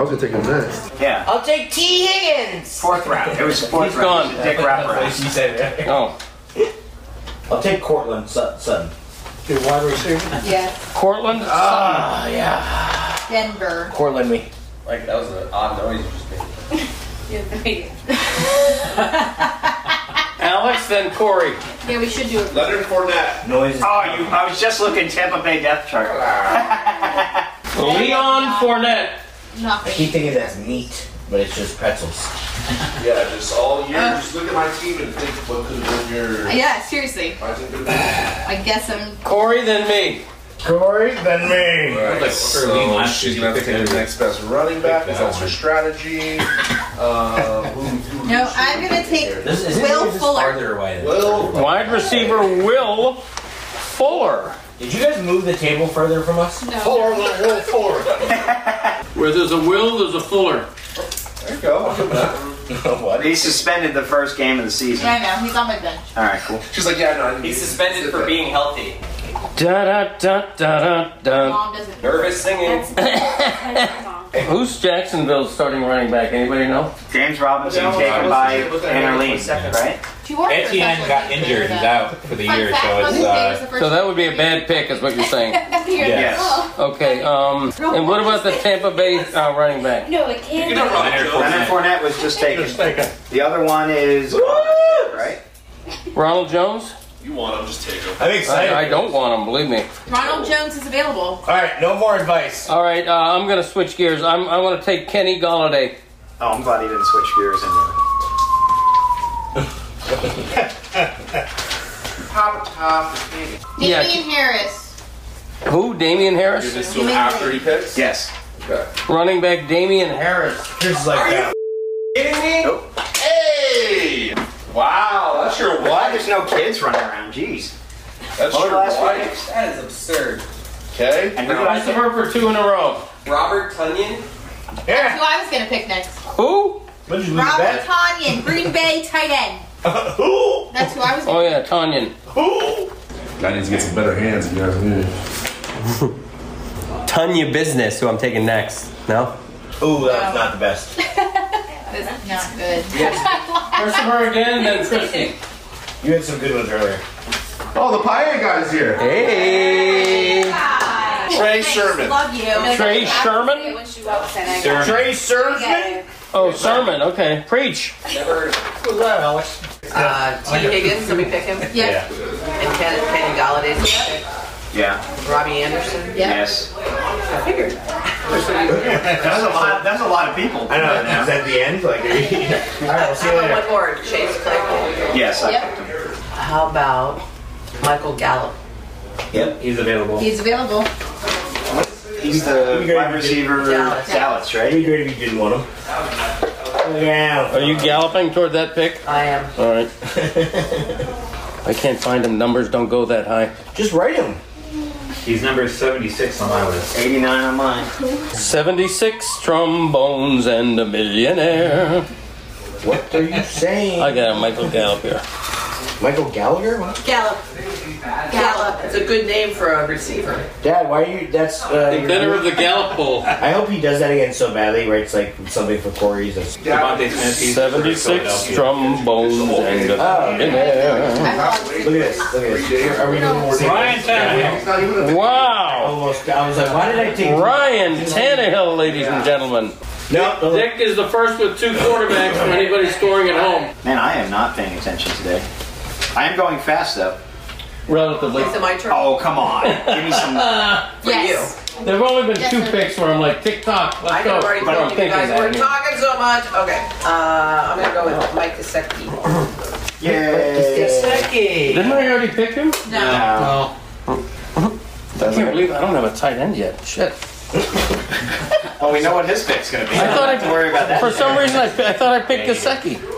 S27: was gonna take him next.
S6: Yeah.
S16: I'll take T. Higgins.
S6: Fourth round. It was the fourth
S4: He's
S6: round.
S4: gone.
S6: Dick Rapper.
S28: She said,
S4: Oh.
S11: I'll take Cortland Sutton.
S28: "Dude, wide receiver."
S3: Yeah.
S4: Cortland.
S28: Ah, yeah.
S3: Denver.
S28: Cortland me.
S8: Like that was an odd noise you just made.
S3: Yeah, wait.
S2: Mike's then Corey.
S9: Yeah, we should do it.
S2: Leonard Fournette. Noise.
S6: Oh, you! I was just looking Tampa Bay depth chart.
S2: Leon Fournette.
S9: Nothing.
S30: keep thinking that's meat, but it's just pretzels.
S31: Yeah, just all year. just look at my team and think what could have been your.
S9: Yeah, seriously. I guess I'm.
S2: Corey, then me.
S32: Corey, then me.
S31: Right, so she's gonna pick the next best running back. That's her strategy. Uh, who- who-
S9: No, I'm gonna take Will Fuller.
S31: Will.
S2: Wide receiver Will Fuller.
S30: Did you guys move the table further from us?
S9: No.
S31: Fuller, Will Fuller.
S2: Where there's a Will, there's a Fuller.
S31: There you go.
S6: He suspended the first game of the season.
S9: Yeah, I know. He's on my bench.
S6: All right, cool.
S31: She's like, yeah, no.
S1: He's suspended for being healthy.
S4: Da da da da da da.
S9: Mom doesn't.
S1: Nervous singing.
S4: Who's Jacksonville's starting running back? Anybody know?
S6: James Robinson taken by Annerlin, right?
S9: She worked for
S11: Etienne
S9: Sasha
S11: got
S9: Banks,
S11: injured.
S9: but,
S11: He's
S9: uh,
S11: out for the
S9: Fun
S11: year,
S9: fact,
S11: so it's.
S9: Mother's Day was
S11: Uh,
S9: the first
S4: So that would be a bad pick, is what you're saying.
S9: You're like,
S11: Yes.
S9: oh.
S4: Okay. Um. And what about the Tampa Bay uh, running back?
S9: No, it can't.
S6: Leonard Fournette. was just taken. The other one is right.
S4: Ronald Jones?
S31: You want him? Just take him.
S32: I'm excited.
S4: I, I don't want him. Believe me.
S9: Ronald Jones is available.
S32: All right, no more advice.
S4: All right. Uh, I'm gonna switch gears. I'm. I want to take Kenny Galladay.
S6: Oh, I'm glad he didn't switch gears into
S31: Pop top.
S4: Yeah.
S9: Damian Harris.
S4: Who? Damian
S31: Is
S4: Harris?
S31: this still after he picks?
S6: it. Yes.
S31: Okay.
S4: Running back Damian Harris.
S32: Just like that.
S1: Kidding me?
S31: Hey! Wow, that's your
S6: Why
S31: wife.
S6: there's no kids running around? Jeez.
S31: That's
S6: What
S31: your
S6: were last
S31: wife.
S6: week's?
S1: That is absurd.
S31: Okay.
S6: And
S31: Now,
S6: who
S4: That's her for two in a row.
S1: Robert Tunyon.
S9: That's who I was gonna pick next.
S4: Who?
S32: What did you lose
S9: Robert
S32: that?
S9: Tanyan, Green Bay tight end.
S32: Who?
S9: That's who I was
S4: Oh
S9: gonna
S4: yeah, Tanyan.
S32: Who?
S31: I need to get some better hands, you guys.
S1: Tunya Business, who I'm taking next. No?
S32: Ooh, that was not the best.
S9: This is not good.
S4: First of her again, then Christy.
S32: You had some good ones earlier.
S31: Oh, the Paella guy's here.
S4: Hey.
S31: Trey Sherman.
S9: Love you.
S4: Trey Sherman?
S32: Trey Sermon?
S4: Oh, sermon. Okay, preach.
S32: Who's that, Alex?
S16: Uh, T. Higgins, somebody pick him.
S9: Yeah.
S16: And Ken, Kenny Galladay's pick.
S6: Yeah.
S16: Robbie Anderson.
S9: Yeah.
S6: Yes.
S16: I figured.
S6: That's a lot. That's a lot of people.
S32: I know. Is that the end? Like, all right, we'll see you later.
S16: One more, Chase Claypool.
S6: Yes. I
S9: Yep.
S6: picked him.
S16: How about Michael Gallup?
S30: Yep, he's available.
S9: He's available.
S6: He's the wide receiver
S16: Dallas.
S6: Dallas, right?
S32: It'd be great if you didn't want him. Yeah.
S4: Are you galloping toward that pick?
S16: I am.
S4: All right. I can't find him. Numbers don't go that high.
S32: Just write him.
S11: he's number 76 on my list.
S6: 89 on mine.
S4: 76 trombones and a millionaire.
S32: What are you saying?
S4: I got a Michael Gallup here.
S32: Michael Gallagher? What?
S16: Gallup. Gallup. It's a good name for a receiver.
S32: Dad, why are you? That's. Uh,
S4: The
S32: your-
S4: dinner of the Gallup Bowl.
S32: I hope he does that again so badly, writes like something for Corey's. That's,
S11: Devontae Smith. He's for
S4: 76
S11: Philadelphia.
S4: trombones and a millionaire.
S32: look at this. Look at this. Are we doing more?
S11: Ryan Tannehill.
S4: Wow.
S32: Almost. I was like, why did I take?
S4: Ryan Tannehill, ladies and gentlemen.
S32: No. no
S2: Dick is the first with two quarterbacks for anybody scoring at home.
S6: Man, I am not paying attention today. I am going fast though.
S4: Relatively.
S16: Is it my turn?
S6: Oh, come on. Give me some.
S16: for
S9: yes.
S4: There've only been two picks where I'm like, tick tock,
S16: I
S4: let's
S16: know
S4: go.
S16: I've already
S4: But I'm
S16: told you
S4: thinking
S16: guys we're
S4: that. I mean.
S16: talking so much. Okay. Uh, I'm gonna go with Mike Gesicki.
S6: Yay.
S4: Didn't I already pick him?
S9: No.
S4: I can't believe I don't have a tight end yet. Shit.
S6: Well, we know what his pick's gonna be.
S4: I thought I-
S6: don't have to worry about that.
S4: For some reason, I, I thought I picked Gasecki.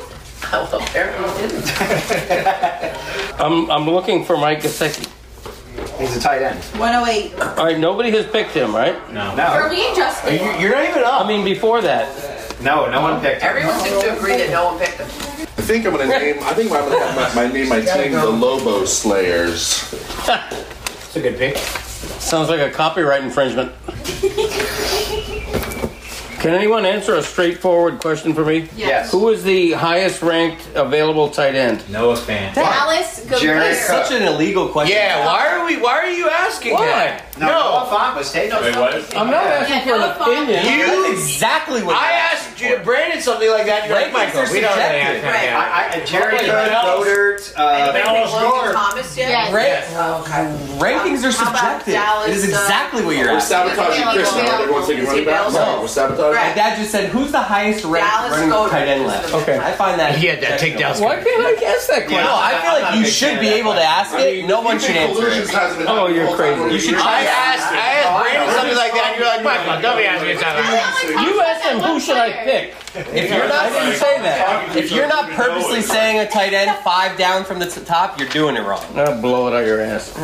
S16: Oh, Well, apparently it didn't.
S4: I'm, I'm looking for Mike Gasecki.
S6: He's a tight end.
S9: 108.
S16: Oh.
S4: All right, nobody has picked him, right?
S9: Are
S6: No,
S9: we adjusted?
S32: You, you're not even up.
S4: I mean, before that.
S6: no, no one picked him.
S16: Everyone seems to agree that no one picked him.
S31: I think I'm gonna name. I think I'm gonna have my, my name my team the Lobo Slayers.
S32: It's a good pick.
S4: Sounds like a copyright infringement. Can anyone answer a straightforward question for me?
S6: Yes.
S4: Who is the highest ranked available tight end?
S11: Noah Fant.
S9: Dallas
S6: Jared
S9: Gobert.
S6: Cook.
S1: Such an illegal question.
S4: Yeah, why are we? Why are you asking why?
S6: No, Noah Font was taken.
S11: Wait, what?
S4: I'm not asking
S9: Yeah,
S4: for
S9: no
S4: an
S9: follow-
S4: opinion.
S1: That's exactly what
S30: I asked you, Brandon
S7: said something like that, you're like,
S6: Rankings
S7: Michael,
S6: are
S7: we don't really have
S6: subjective.
S7: time.
S6: Right. I- I- Jerry Good, Goddard, uh, Anybody think Dallas Logan Gore.
S16: Thomas yet?
S6: Yes. Yes.
S16: Oh, okay.
S8: Rankings are
S16: How about
S8: subjective.
S16: Dallas,
S8: it is exactly what you're
S16: uh,
S8: asking.
S16: We're sabotaging Yeah, Chris now. yeah. Everyone thinking Is he running back? available?
S8: No, we're sabotaging. My dad just said, "Who's the highest ranked
S16: Dallas
S8: running
S16: Goddard
S8: tight end
S16: is
S8: left?"
S16: the-
S8: I find that.
S7: Yeah, that take down.
S8: Why can't I guess that
S7: question?
S8: No, I feel like you should be able to ask
S7: I
S8: it. No one should answer it.
S7: Oh, you're crazy.
S8: You should
S7: I
S8: try to
S7: asked,
S8: ask.
S7: I asked Brandon something like that, and you're like, Michael, don't be asking me something.
S8: You
S7: asked him, who should I pick?
S8: If you're not going to say that, if you're not purposely saying a tight end five down from the t- top, you're doing it wrong.
S33: Now blow it out your ass.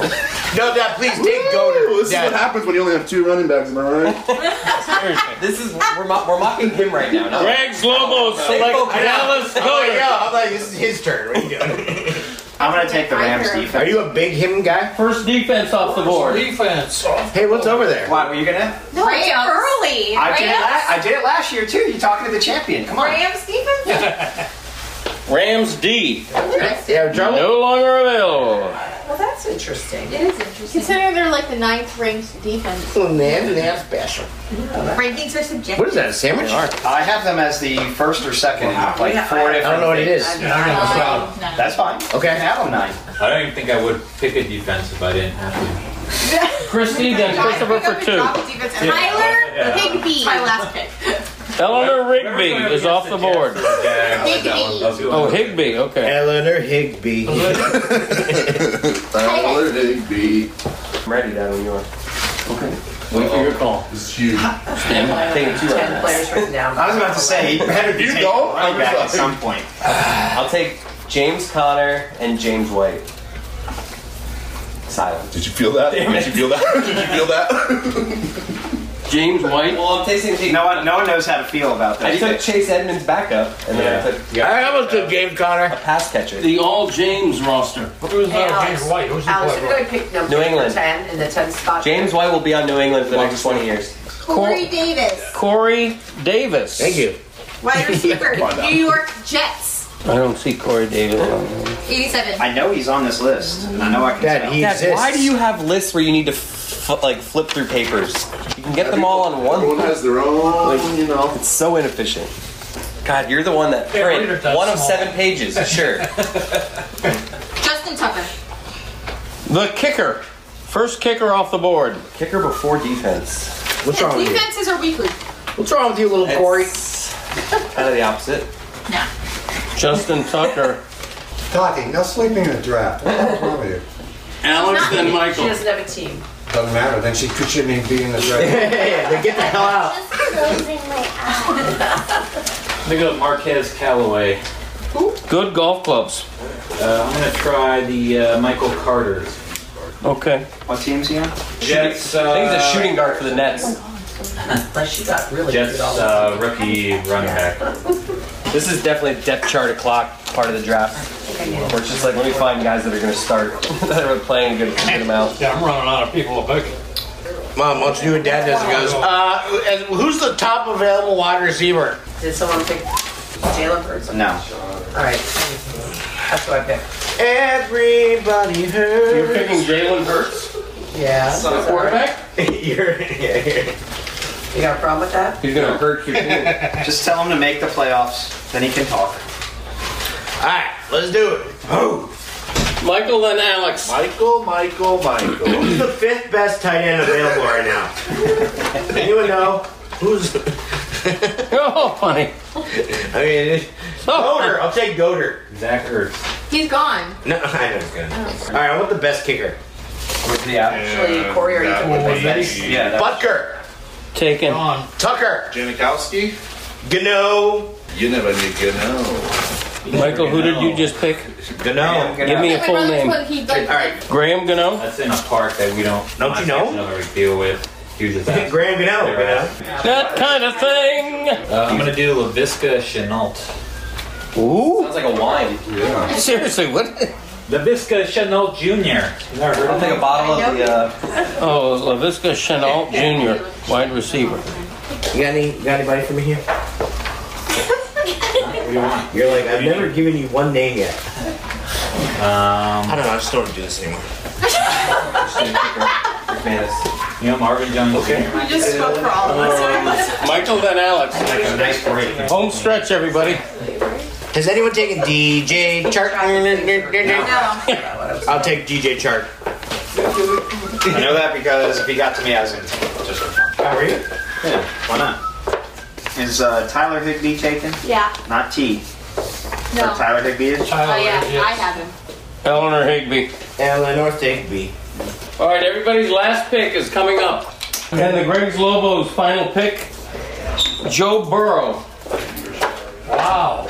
S7: No, Dad, please take
S34: Ooh,
S7: Goder.
S34: This is what happens when you only have two running backs, am I right?
S8: This is we're, mo- we're mocking him right now. No.
S34: Greg Slobo
S8: They both down.
S7: I'm like, this is his turn. What are you doing?
S6: I'm gonna take the Rams defense.
S7: Are you a big him guy? First defense off the board. Defense. Hey, what's over there?
S6: Why were you gonna?
S35: No, it's early.
S6: I did, it
S35: Rams.
S6: la- I did it last year too. You talking to the champion? Come on.
S35: Rams defense.
S4: Rams D.
S7: Yeah, Joe.
S4: No longer available.
S16: Well, that's interesting.
S2: It is interesting. Considering they're like the ninth ranked defense.
S7: Well, man, they're special.
S2: Rankings are subjective.
S7: sandwich?
S6: I have them as the first or second, in like
S7: Yeah,
S6: four
S7: I- I
S6: different.
S7: don't know what it
S6: things.
S7: is. I don't know. It's
S16: Uh,
S7: about-
S6: That's fine. Okay, I have them nine.
S11: I don't even think I would pick a defense if I didn't have
S4: Christy, then Christopher for two.
S2: Tyler
S4: Yeah.
S2: Higby. My last pick.
S4: Eleanor Rigby is off the board.
S2: Higby.
S4: Oh, Higby. Okay.
S7: Eleanor Higby.
S34: Tyler Higby.
S8: I'm ready, Dad, when you are.
S34: Okay.
S8: Wait for your call.
S34: This is huge.
S8: Stand by. Taking two right
S16: Ten
S8: now.
S16: players written down.
S6: I was about to say, you better be
S8: You
S6: taking
S8: go?
S6: a running back
S8: I'm
S6: at
S8: sorry.
S6: some point.
S8: I'll take James Conner and James White. Silence.
S34: Did you feel that?
S8: Damn
S34: Did
S8: it.
S34: you feel that? Did you feel that?
S8: James White. Well, I'm tasting. the-
S6: No one, no one knows how to feel about
S8: I
S6: this.
S8: took Chase Edmonds backup, and then I took
S7: I almost took James Connor. A
S8: pass catcher.
S4: The all James roster.
S16: Who's White? Who's Alex, we're going to pick number
S8: New England.
S16: ten in the ten spot.
S8: James White will be on New England for the next 20 years.
S2: Corey Davis.
S4: Corey Davis.
S8: Thank you.
S2: Wide receiver.
S6: Come on now.
S2: New York Jets.
S4: I don't see Corey Davis. on there.
S2: 87.
S6: I know he's on this list. I know I can
S8: Dad,
S6: tell.
S8: why do you have lists where you need to f- f- like flip through papers? You can get them all on one.
S34: Everyone has their own, you know.
S8: It's so inefficient. God, you're the one that
S4: Yeah,
S8: print
S4: reader does
S8: one of
S4: small.
S8: seven pages. Sure.
S2: Justin Tucker.
S4: The kicker. First kicker off the board.
S8: Kicker before defense.
S7: What's
S2: Yeah, defenses are weekly.
S7: What's wrong with you, little Corey?
S8: Kind of the opposite.
S2: No.
S4: Justin Tucker.
S3: Talking, no sleeping in the draft. What's wrong with you?
S4: Alex
S16: Not me.
S4: and Michael.
S16: She doesn't have a team.
S3: Doesn't matter. Then she could shouldn't even be in the draft.
S7: then get the hell out.
S11: Pick up Marquez Callaway.
S4: Good golf clubs.
S11: Uh, I'm gonna try the uh, Michael Carters.
S4: Okay.
S6: What team's he on?
S11: Jets. Uh,
S8: I think he's a shooting guard for the Nets.
S16: But she got really
S11: Jets
S16: good all the
S11: uh, rookie running back.
S8: This is definitely a depth chart o'clock part of the draft. Where it's just like, let me find guys that are going to start, that are playing a good, good amount.
S36: Yeah, I'm running out of people to pick.
S7: Mom, what's you and Dad does it goes. Uh, and who's the top available wide receiver?
S16: Did someone pick Jalen Hurts?
S6: No.
S16: All right. That's what I picked.
S7: Everybody hurts.
S4: You're picking Jalen Hurts.
S16: Yeah.
S4: Son of quarterback?
S7: You're, yeah, yeah.
S16: You got a problem with that?
S8: He's gonna hurt your
S6: team. Just tell him to make the playoffs, then he can talk.
S7: All right, let's do it. Oh.
S4: Michael and Alex.
S7: Michael, Michael, Michael. Who's the fifth best tight end available right now? Anyone know? Who's.
S4: Oh, funny.
S7: I mean,
S4: Oh!
S6: Oh!
S7: Goder. I'll take Goder. Zach Ertz.
S2: He's gone.
S7: No, I know he's good. All right, I want the best kicker.
S6: Yeah.
S16: Actually, Corey already took the best.
S6: Yeah, that-
S7: Butker.
S4: Taken.
S7: Um, Tucker.
S34: Janikowski?
S7: Gano.
S34: You never knew Gano.
S4: Michael, who did you just pick?
S7: Gano.
S4: Give me a
S2: My
S4: full
S2: brother's
S4: name.
S2: what he does.
S4: Graham Gano.
S11: That's in a park that we don't. Don't you know? deal with. You just ask.
S7: Graham Gano. Gano.
S4: That kind of thing.
S11: Uh, I'm gonna do Lavisca Chenault.
S4: Ooh.
S8: Sounds like a wine.
S11: Yeah.
S4: Seriously, what?
S11: Lavisca Chenault Jr. You never heard
S8: I'll
S11: of
S8: take a
S11: him?
S8: bottle of the. Uh,
S4: Oh, LaVisca Chenault Jr., wide receiver.
S7: You got any? You got anybody for me here? You're like I've never given you one name yet. Um, I don't know. I just don't do this anymore.
S8: McManus.
S11: You know, Marvin Jones. Okay.
S37: You just spoke for all of
S4: Oh,
S37: us.
S2: Michael, then Alex. Nice break. Home stretch, everybody.
S30: Has anyone taken DJ chart?
S6: I'll take DJ Chart. I know that because if he got to me, I was in just for fun.
S30: How are you?
S6: Yeah, why not? Is uh, Tyler Higby taken?
S37: Yeah.
S6: Not T.
S37: No.
S6: Or Tyler Higby is?
S37: Oh yeah, I have him.
S2: Eleanor Higby.
S30: Eleanor Higby.
S2: All right, everybody's last pick is coming up. And the Greg's Lobos final pick, Joe Burrow. Wow.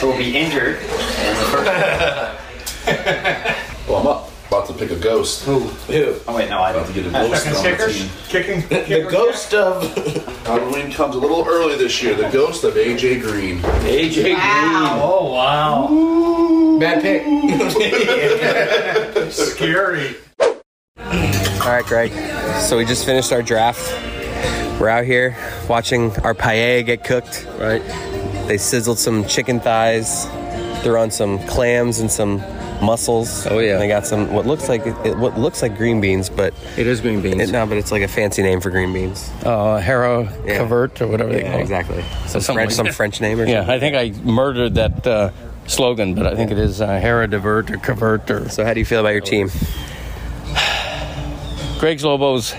S6: Who will be injured.
S3: Well, I'm up. About to pick a ghost. Who?
S6: Who? Oh wait, no, I
S3: About to get a ghost on the team.
S38: Kicking.
S3: The ghost of Halloween comes a little early this year. The ghost of AJ Green.
S2: AJ
S38: Wow.
S2: Oh wow.
S30: Bad
S38: pick. Scary.
S8: All right, Greg. So we just finished our draft. We're out here watching our paella get cooked. Right. They sizzled some chicken thighs, threw on some clams and some mussels. Oh yeah. And they got some what looks like it, what looks like green beans, but it is green beans. no, but it's like a fancy name for green beans.
S4: Uh, Harrow Covert or whatever they
S8: Yeah,
S4: call it.
S8: exactly. Some
S4: something
S8: French-
S4: like
S8: some
S4: that.
S8: French name or
S4: yeah,
S8: something.
S4: I think I murdered that uh, slogan, but I think it is uh, Harrow Divert or Covert or.
S8: So how do you feel about your team?
S4: Greg's Lobos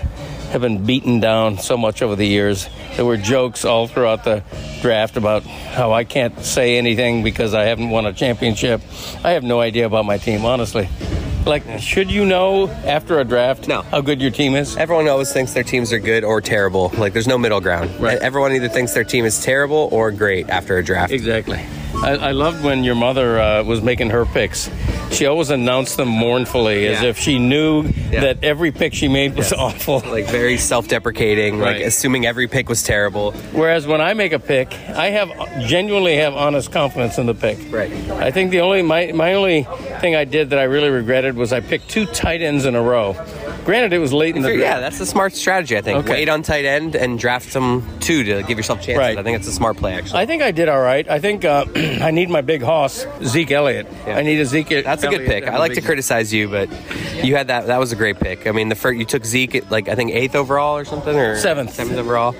S4: have been beaten down so much over the years. There were jokes all throughout the draft about how I can't say anything because I haven't won a championship. I have no idea about my team, honestly. Like, should you know after a draft no. how good your team is?
S8: Everyone always thinks their teams are good or terrible. Like there's no middle ground. Right. Everyone either thinks their team is terrible or great after a draft.
S4: Exactly. I, I loved when your mother uh, was making her picks. She always announced them mournfully, as
S8: Yeah.
S4: if she knew that every pick she made was awful.
S8: Like very self-deprecating.
S4: Right.
S8: Like assuming every pick was terrible.
S4: Whereas when I make a pick, I have genuinely have honest confidence in the pick.
S8: Right.
S4: I think the only my, my only thing I did that I really regretted was I picked two tight ends in a row. Granted, it was late in the
S8: Yeah, that's a smart strategy, I think.
S4: Okay.
S8: Wait on tight end and draft some two to give yourself chances.
S4: Right.
S8: I think it's a smart play, actually.
S4: I think I did all right. I think uh, I need my big hoss, Zeke Elliott. I need a Zeke.
S8: That's a good pick. I like to criticize you, but you had that. That was a great pick. I mean, the first you took Zeke at like I think eighth overall or something, or
S4: Seventh.
S8: seventh overall.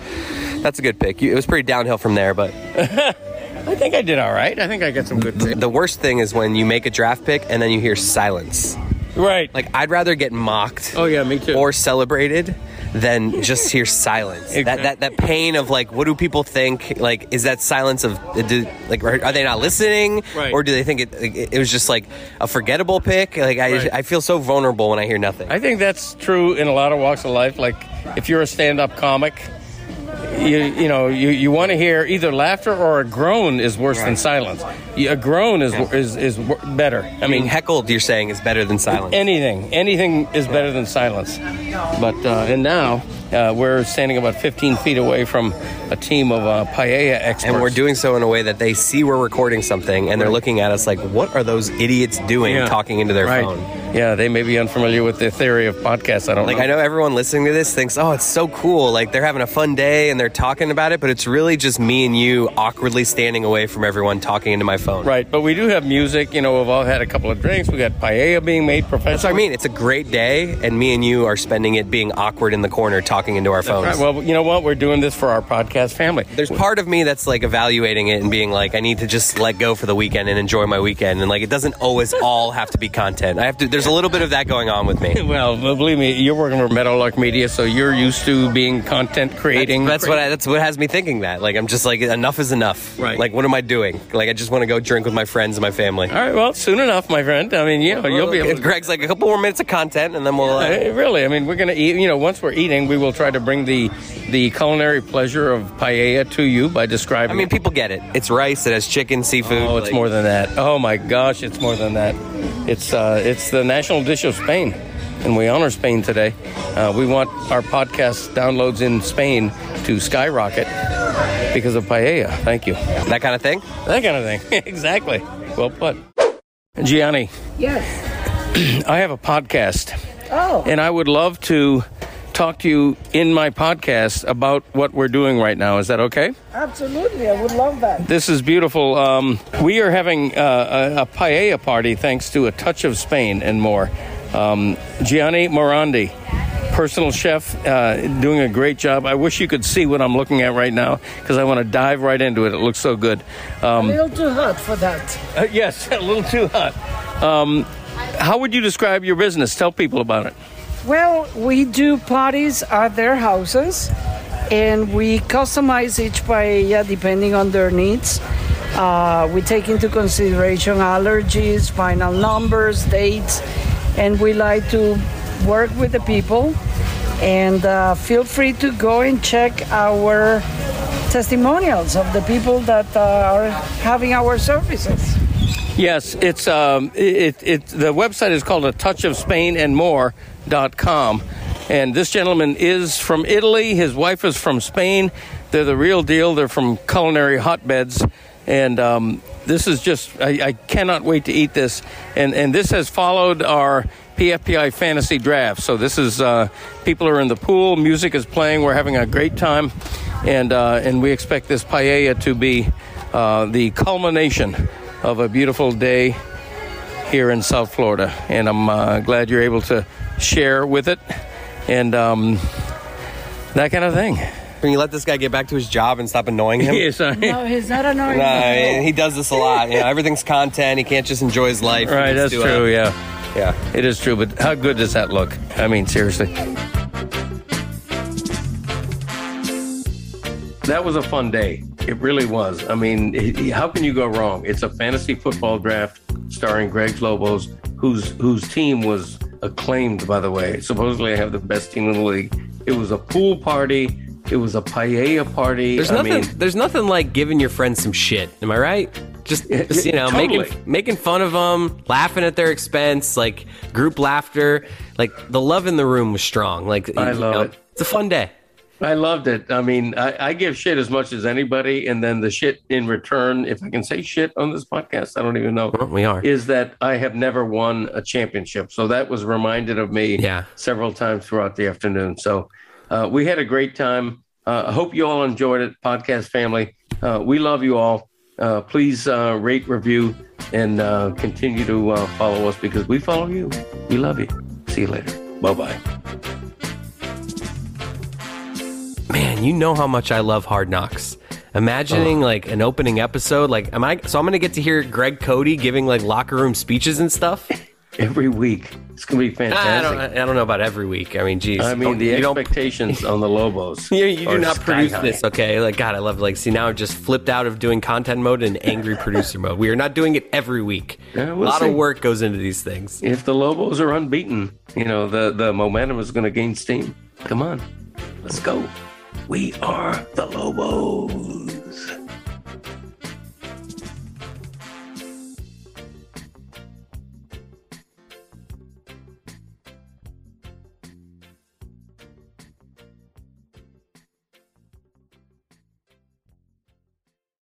S8: That's a good pick. You, it was pretty downhill from there, but
S4: I think I did all right. I think I got some good picks.
S8: the worst thing is when you make a draft pick and then you hear silence.
S4: Right.
S8: Like I'd rather get mocked.
S4: Oh yeah, me too.
S8: Or celebrated than just hear silence. That, that that pain of like, what do people think? Like, is that silence of uh, do, like are are they not listening,
S4: Right.
S8: or do they think it, it it was just like a forgettable pick? Like I
S4: Right.
S8: I feel so vulnerable when I hear nothing.
S4: I think that's true in a lot of walks of life. Like if you're a stand-up comic, you you know you, you want to hear either laughter or a groan is worse than
S8: Right.
S4: silence. You- A groan is is is wor- better. I mean,
S8: Being heckled, you're saying, is better than silence.
S4: anything anything is better than silence. But uh, and now uh, we're standing about 15 feet away from a team of uh, paella experts.
S8: And we're doing so in a way that they see we're recording something and they're looking at us like, what are those idiots doing
S4: Yeah.
S8: talking into their
S4: Right.
S8: phone?
S4: Yeah, they may be unfamiliar with the theory of podcasts. I don't
S8: Like,
S4: know.
S8: I know everyone listening to this thinks, oh, it's so cool. Like, they're having a fun day and they're talking about it, but it's really just me and you awkwardly standing away from everyone talking into my phone.
S4: Right, but we do have music. You know, we've all had a couple of drinks. We got paella being made professionally.
S8: That's what I mean. It's a great day, and me and you are spending it being awkward in the corner talking into our phones.
S4: All right, well, you know what? We're doing this for our podcast family.
S8: There's part of me that's like evaluating it and being like, I need to just let go for the weekend and enjoy my weekend. And like, it doesn't always all have to be content. I have to, there's a little bit of that going on with me.
S4: Well, believe me, you're working for Meadowlark Media, so you're used to being content creating.
S8: That's what I, that's what has me thinking that. Like, I'm just like, enough is enough.
S4: Right.
S8: Like, what am I doing? Like, I just want to go drink with my friends and my family.
S4: All right, well, soon enough, my friend. I mean, you know, Oh, you'll be able to.
S8: Greg's like a couple more minutes of content, and then we'll. Uh,
S4: Uh, really, I mean, we're going to eat. You know, once we're eating, we will try to bring the the culinary pleasure of paella to you by describing.
S8: I mean, people get it. It's rice. It has chicken, seafood.
S4: Oh, it's
S8: like-
S4: more than that. Oh my gosh, it's more than that. It's uh, it's the national dish of Spain, and we honor Spain today. Uh, we want our podcast downloads in Spain to skyrocket because of paella. Thank you. That
S8: kind of thing.
S4: That kind of thing. exactly. Well put, Gianni.
S16: Yes.
S4: I have a podcast.
S16: Oh.
S4: And I would love to talk to you in my podcast about what we're doing right now. Is that okay?
S16: Absolutely, I would love that.
S4: This is beautiful. Um, we are having uh, a, a paella party thanks to A Touch of Spain and more. Um, Gianni Morandi personal chef, uh, doing a great job. I wish you could see what I'm looking at right now because I want to dive right into it. It looks so good. Um,
S5: a little too hot for that.
S4: uh, yes, a little too hot. Um, how would you describe your business? Tell people about it.
S5: Well, we do parties at their houses, and we customize each paella depending on their needs. Uh, we take into consideration allergies, final numbers, dates, and we like to work with the people. And uh, feel free to go and check our testimonials of the people that uh, are having our services.
S4: Yes, it's um, it, it the website is called a touch of Spain and more dot com, and this gentleman is from Italy. His wife is from Spain. They're the real deal. They're from culinary hotbeds, and um, this is just I, I cannot wait to eat this. And and this has followed our PFPI fantasy draft. So this is uh, people are in the pool, music is playing, we're having a great time, and uh, and we expect this paella to be uh, the culmination of a beautiful day here in South Florida, and I'm uh, glad you're able to share with it and um, that kind of thing.
S1: Can you let this guy get back to his job and stop annoying him?
S4: Yes, I-
S5: No, he's not
S1: No,
S5: annoying.
S1: I mean, he does this a lot. You know, everything's content. He can't just enjoy his life. He
S4: Right,
S1: needs
S4: that's
S1: to, uh,
S4: true. yeah, yeah, it is true. But how good does that look? I mean, seriously. That was a fun day. It really was. I mean, it- it- how can you go wrong? It's a fantasy football draft starring Greg Lobos, whose whose team was acclaimed, by the way. Supposedly, I have the best team in the league. It was a pool party. It was a paella party.
S8: There's
S4: I
S8: nothing.
S4: mean,
S8: there's nothing like giving your friends some shit. Am I right? Just,
S4: Yeah,
S8: just, you know,
S4: totally.
S8: making making fun of them, laughing at their expense, like group laughter. Like the love in the room was strong. Like
S4: I
S8: you
S4: love
S8: know,
S4: it.
S8: It's a fun day.
S4: I loved it. I mean, I, I give shit as much as anybody, and then the shit in return, if I can say shit on this podcast, I don't even know.
S8: We are.
S4: Is that I have never won a championship, so that was reminded of me several times throughout the afternoon. So uh, we had a great time. Uh, I hope you all enjoyed it, podcast family. Uh, we love you all. Uh, please uh, rate, review, and uh, continue to uh, follow us because we follow you. We love you. See you later. Bye bye.
S8: Man, you know how much I love Hard Knocks. Imagining like an opening episode, like am I? So I'm gonna get to hear Greg Cody giving like locker room speeches and stuff
S4: every week. It's gonna be
S8: I
S4: fantastic.
S8: don't, I don't know about every week. I mean, geez.
S4: I mean,
S8: Don't-
S4: the
S8: you don't
S4: expectations on the Lobos.
S8: Yeah, you
S4: are
S8: do not
S4: sky
S8: produce
S4: high.
S8: this, okay? Like, God, I love like. See, now I've just flipped out of doing content mode and angry producer mode. We are not doing it every week.
S4: Yeah, we'll
S8: a lot
S4: see.
S8: of work goes into these things.
S4: If the Lobos are unbeaten, you know the the momentum is gonna gain steam. Come on, let's go. We are the Lobos.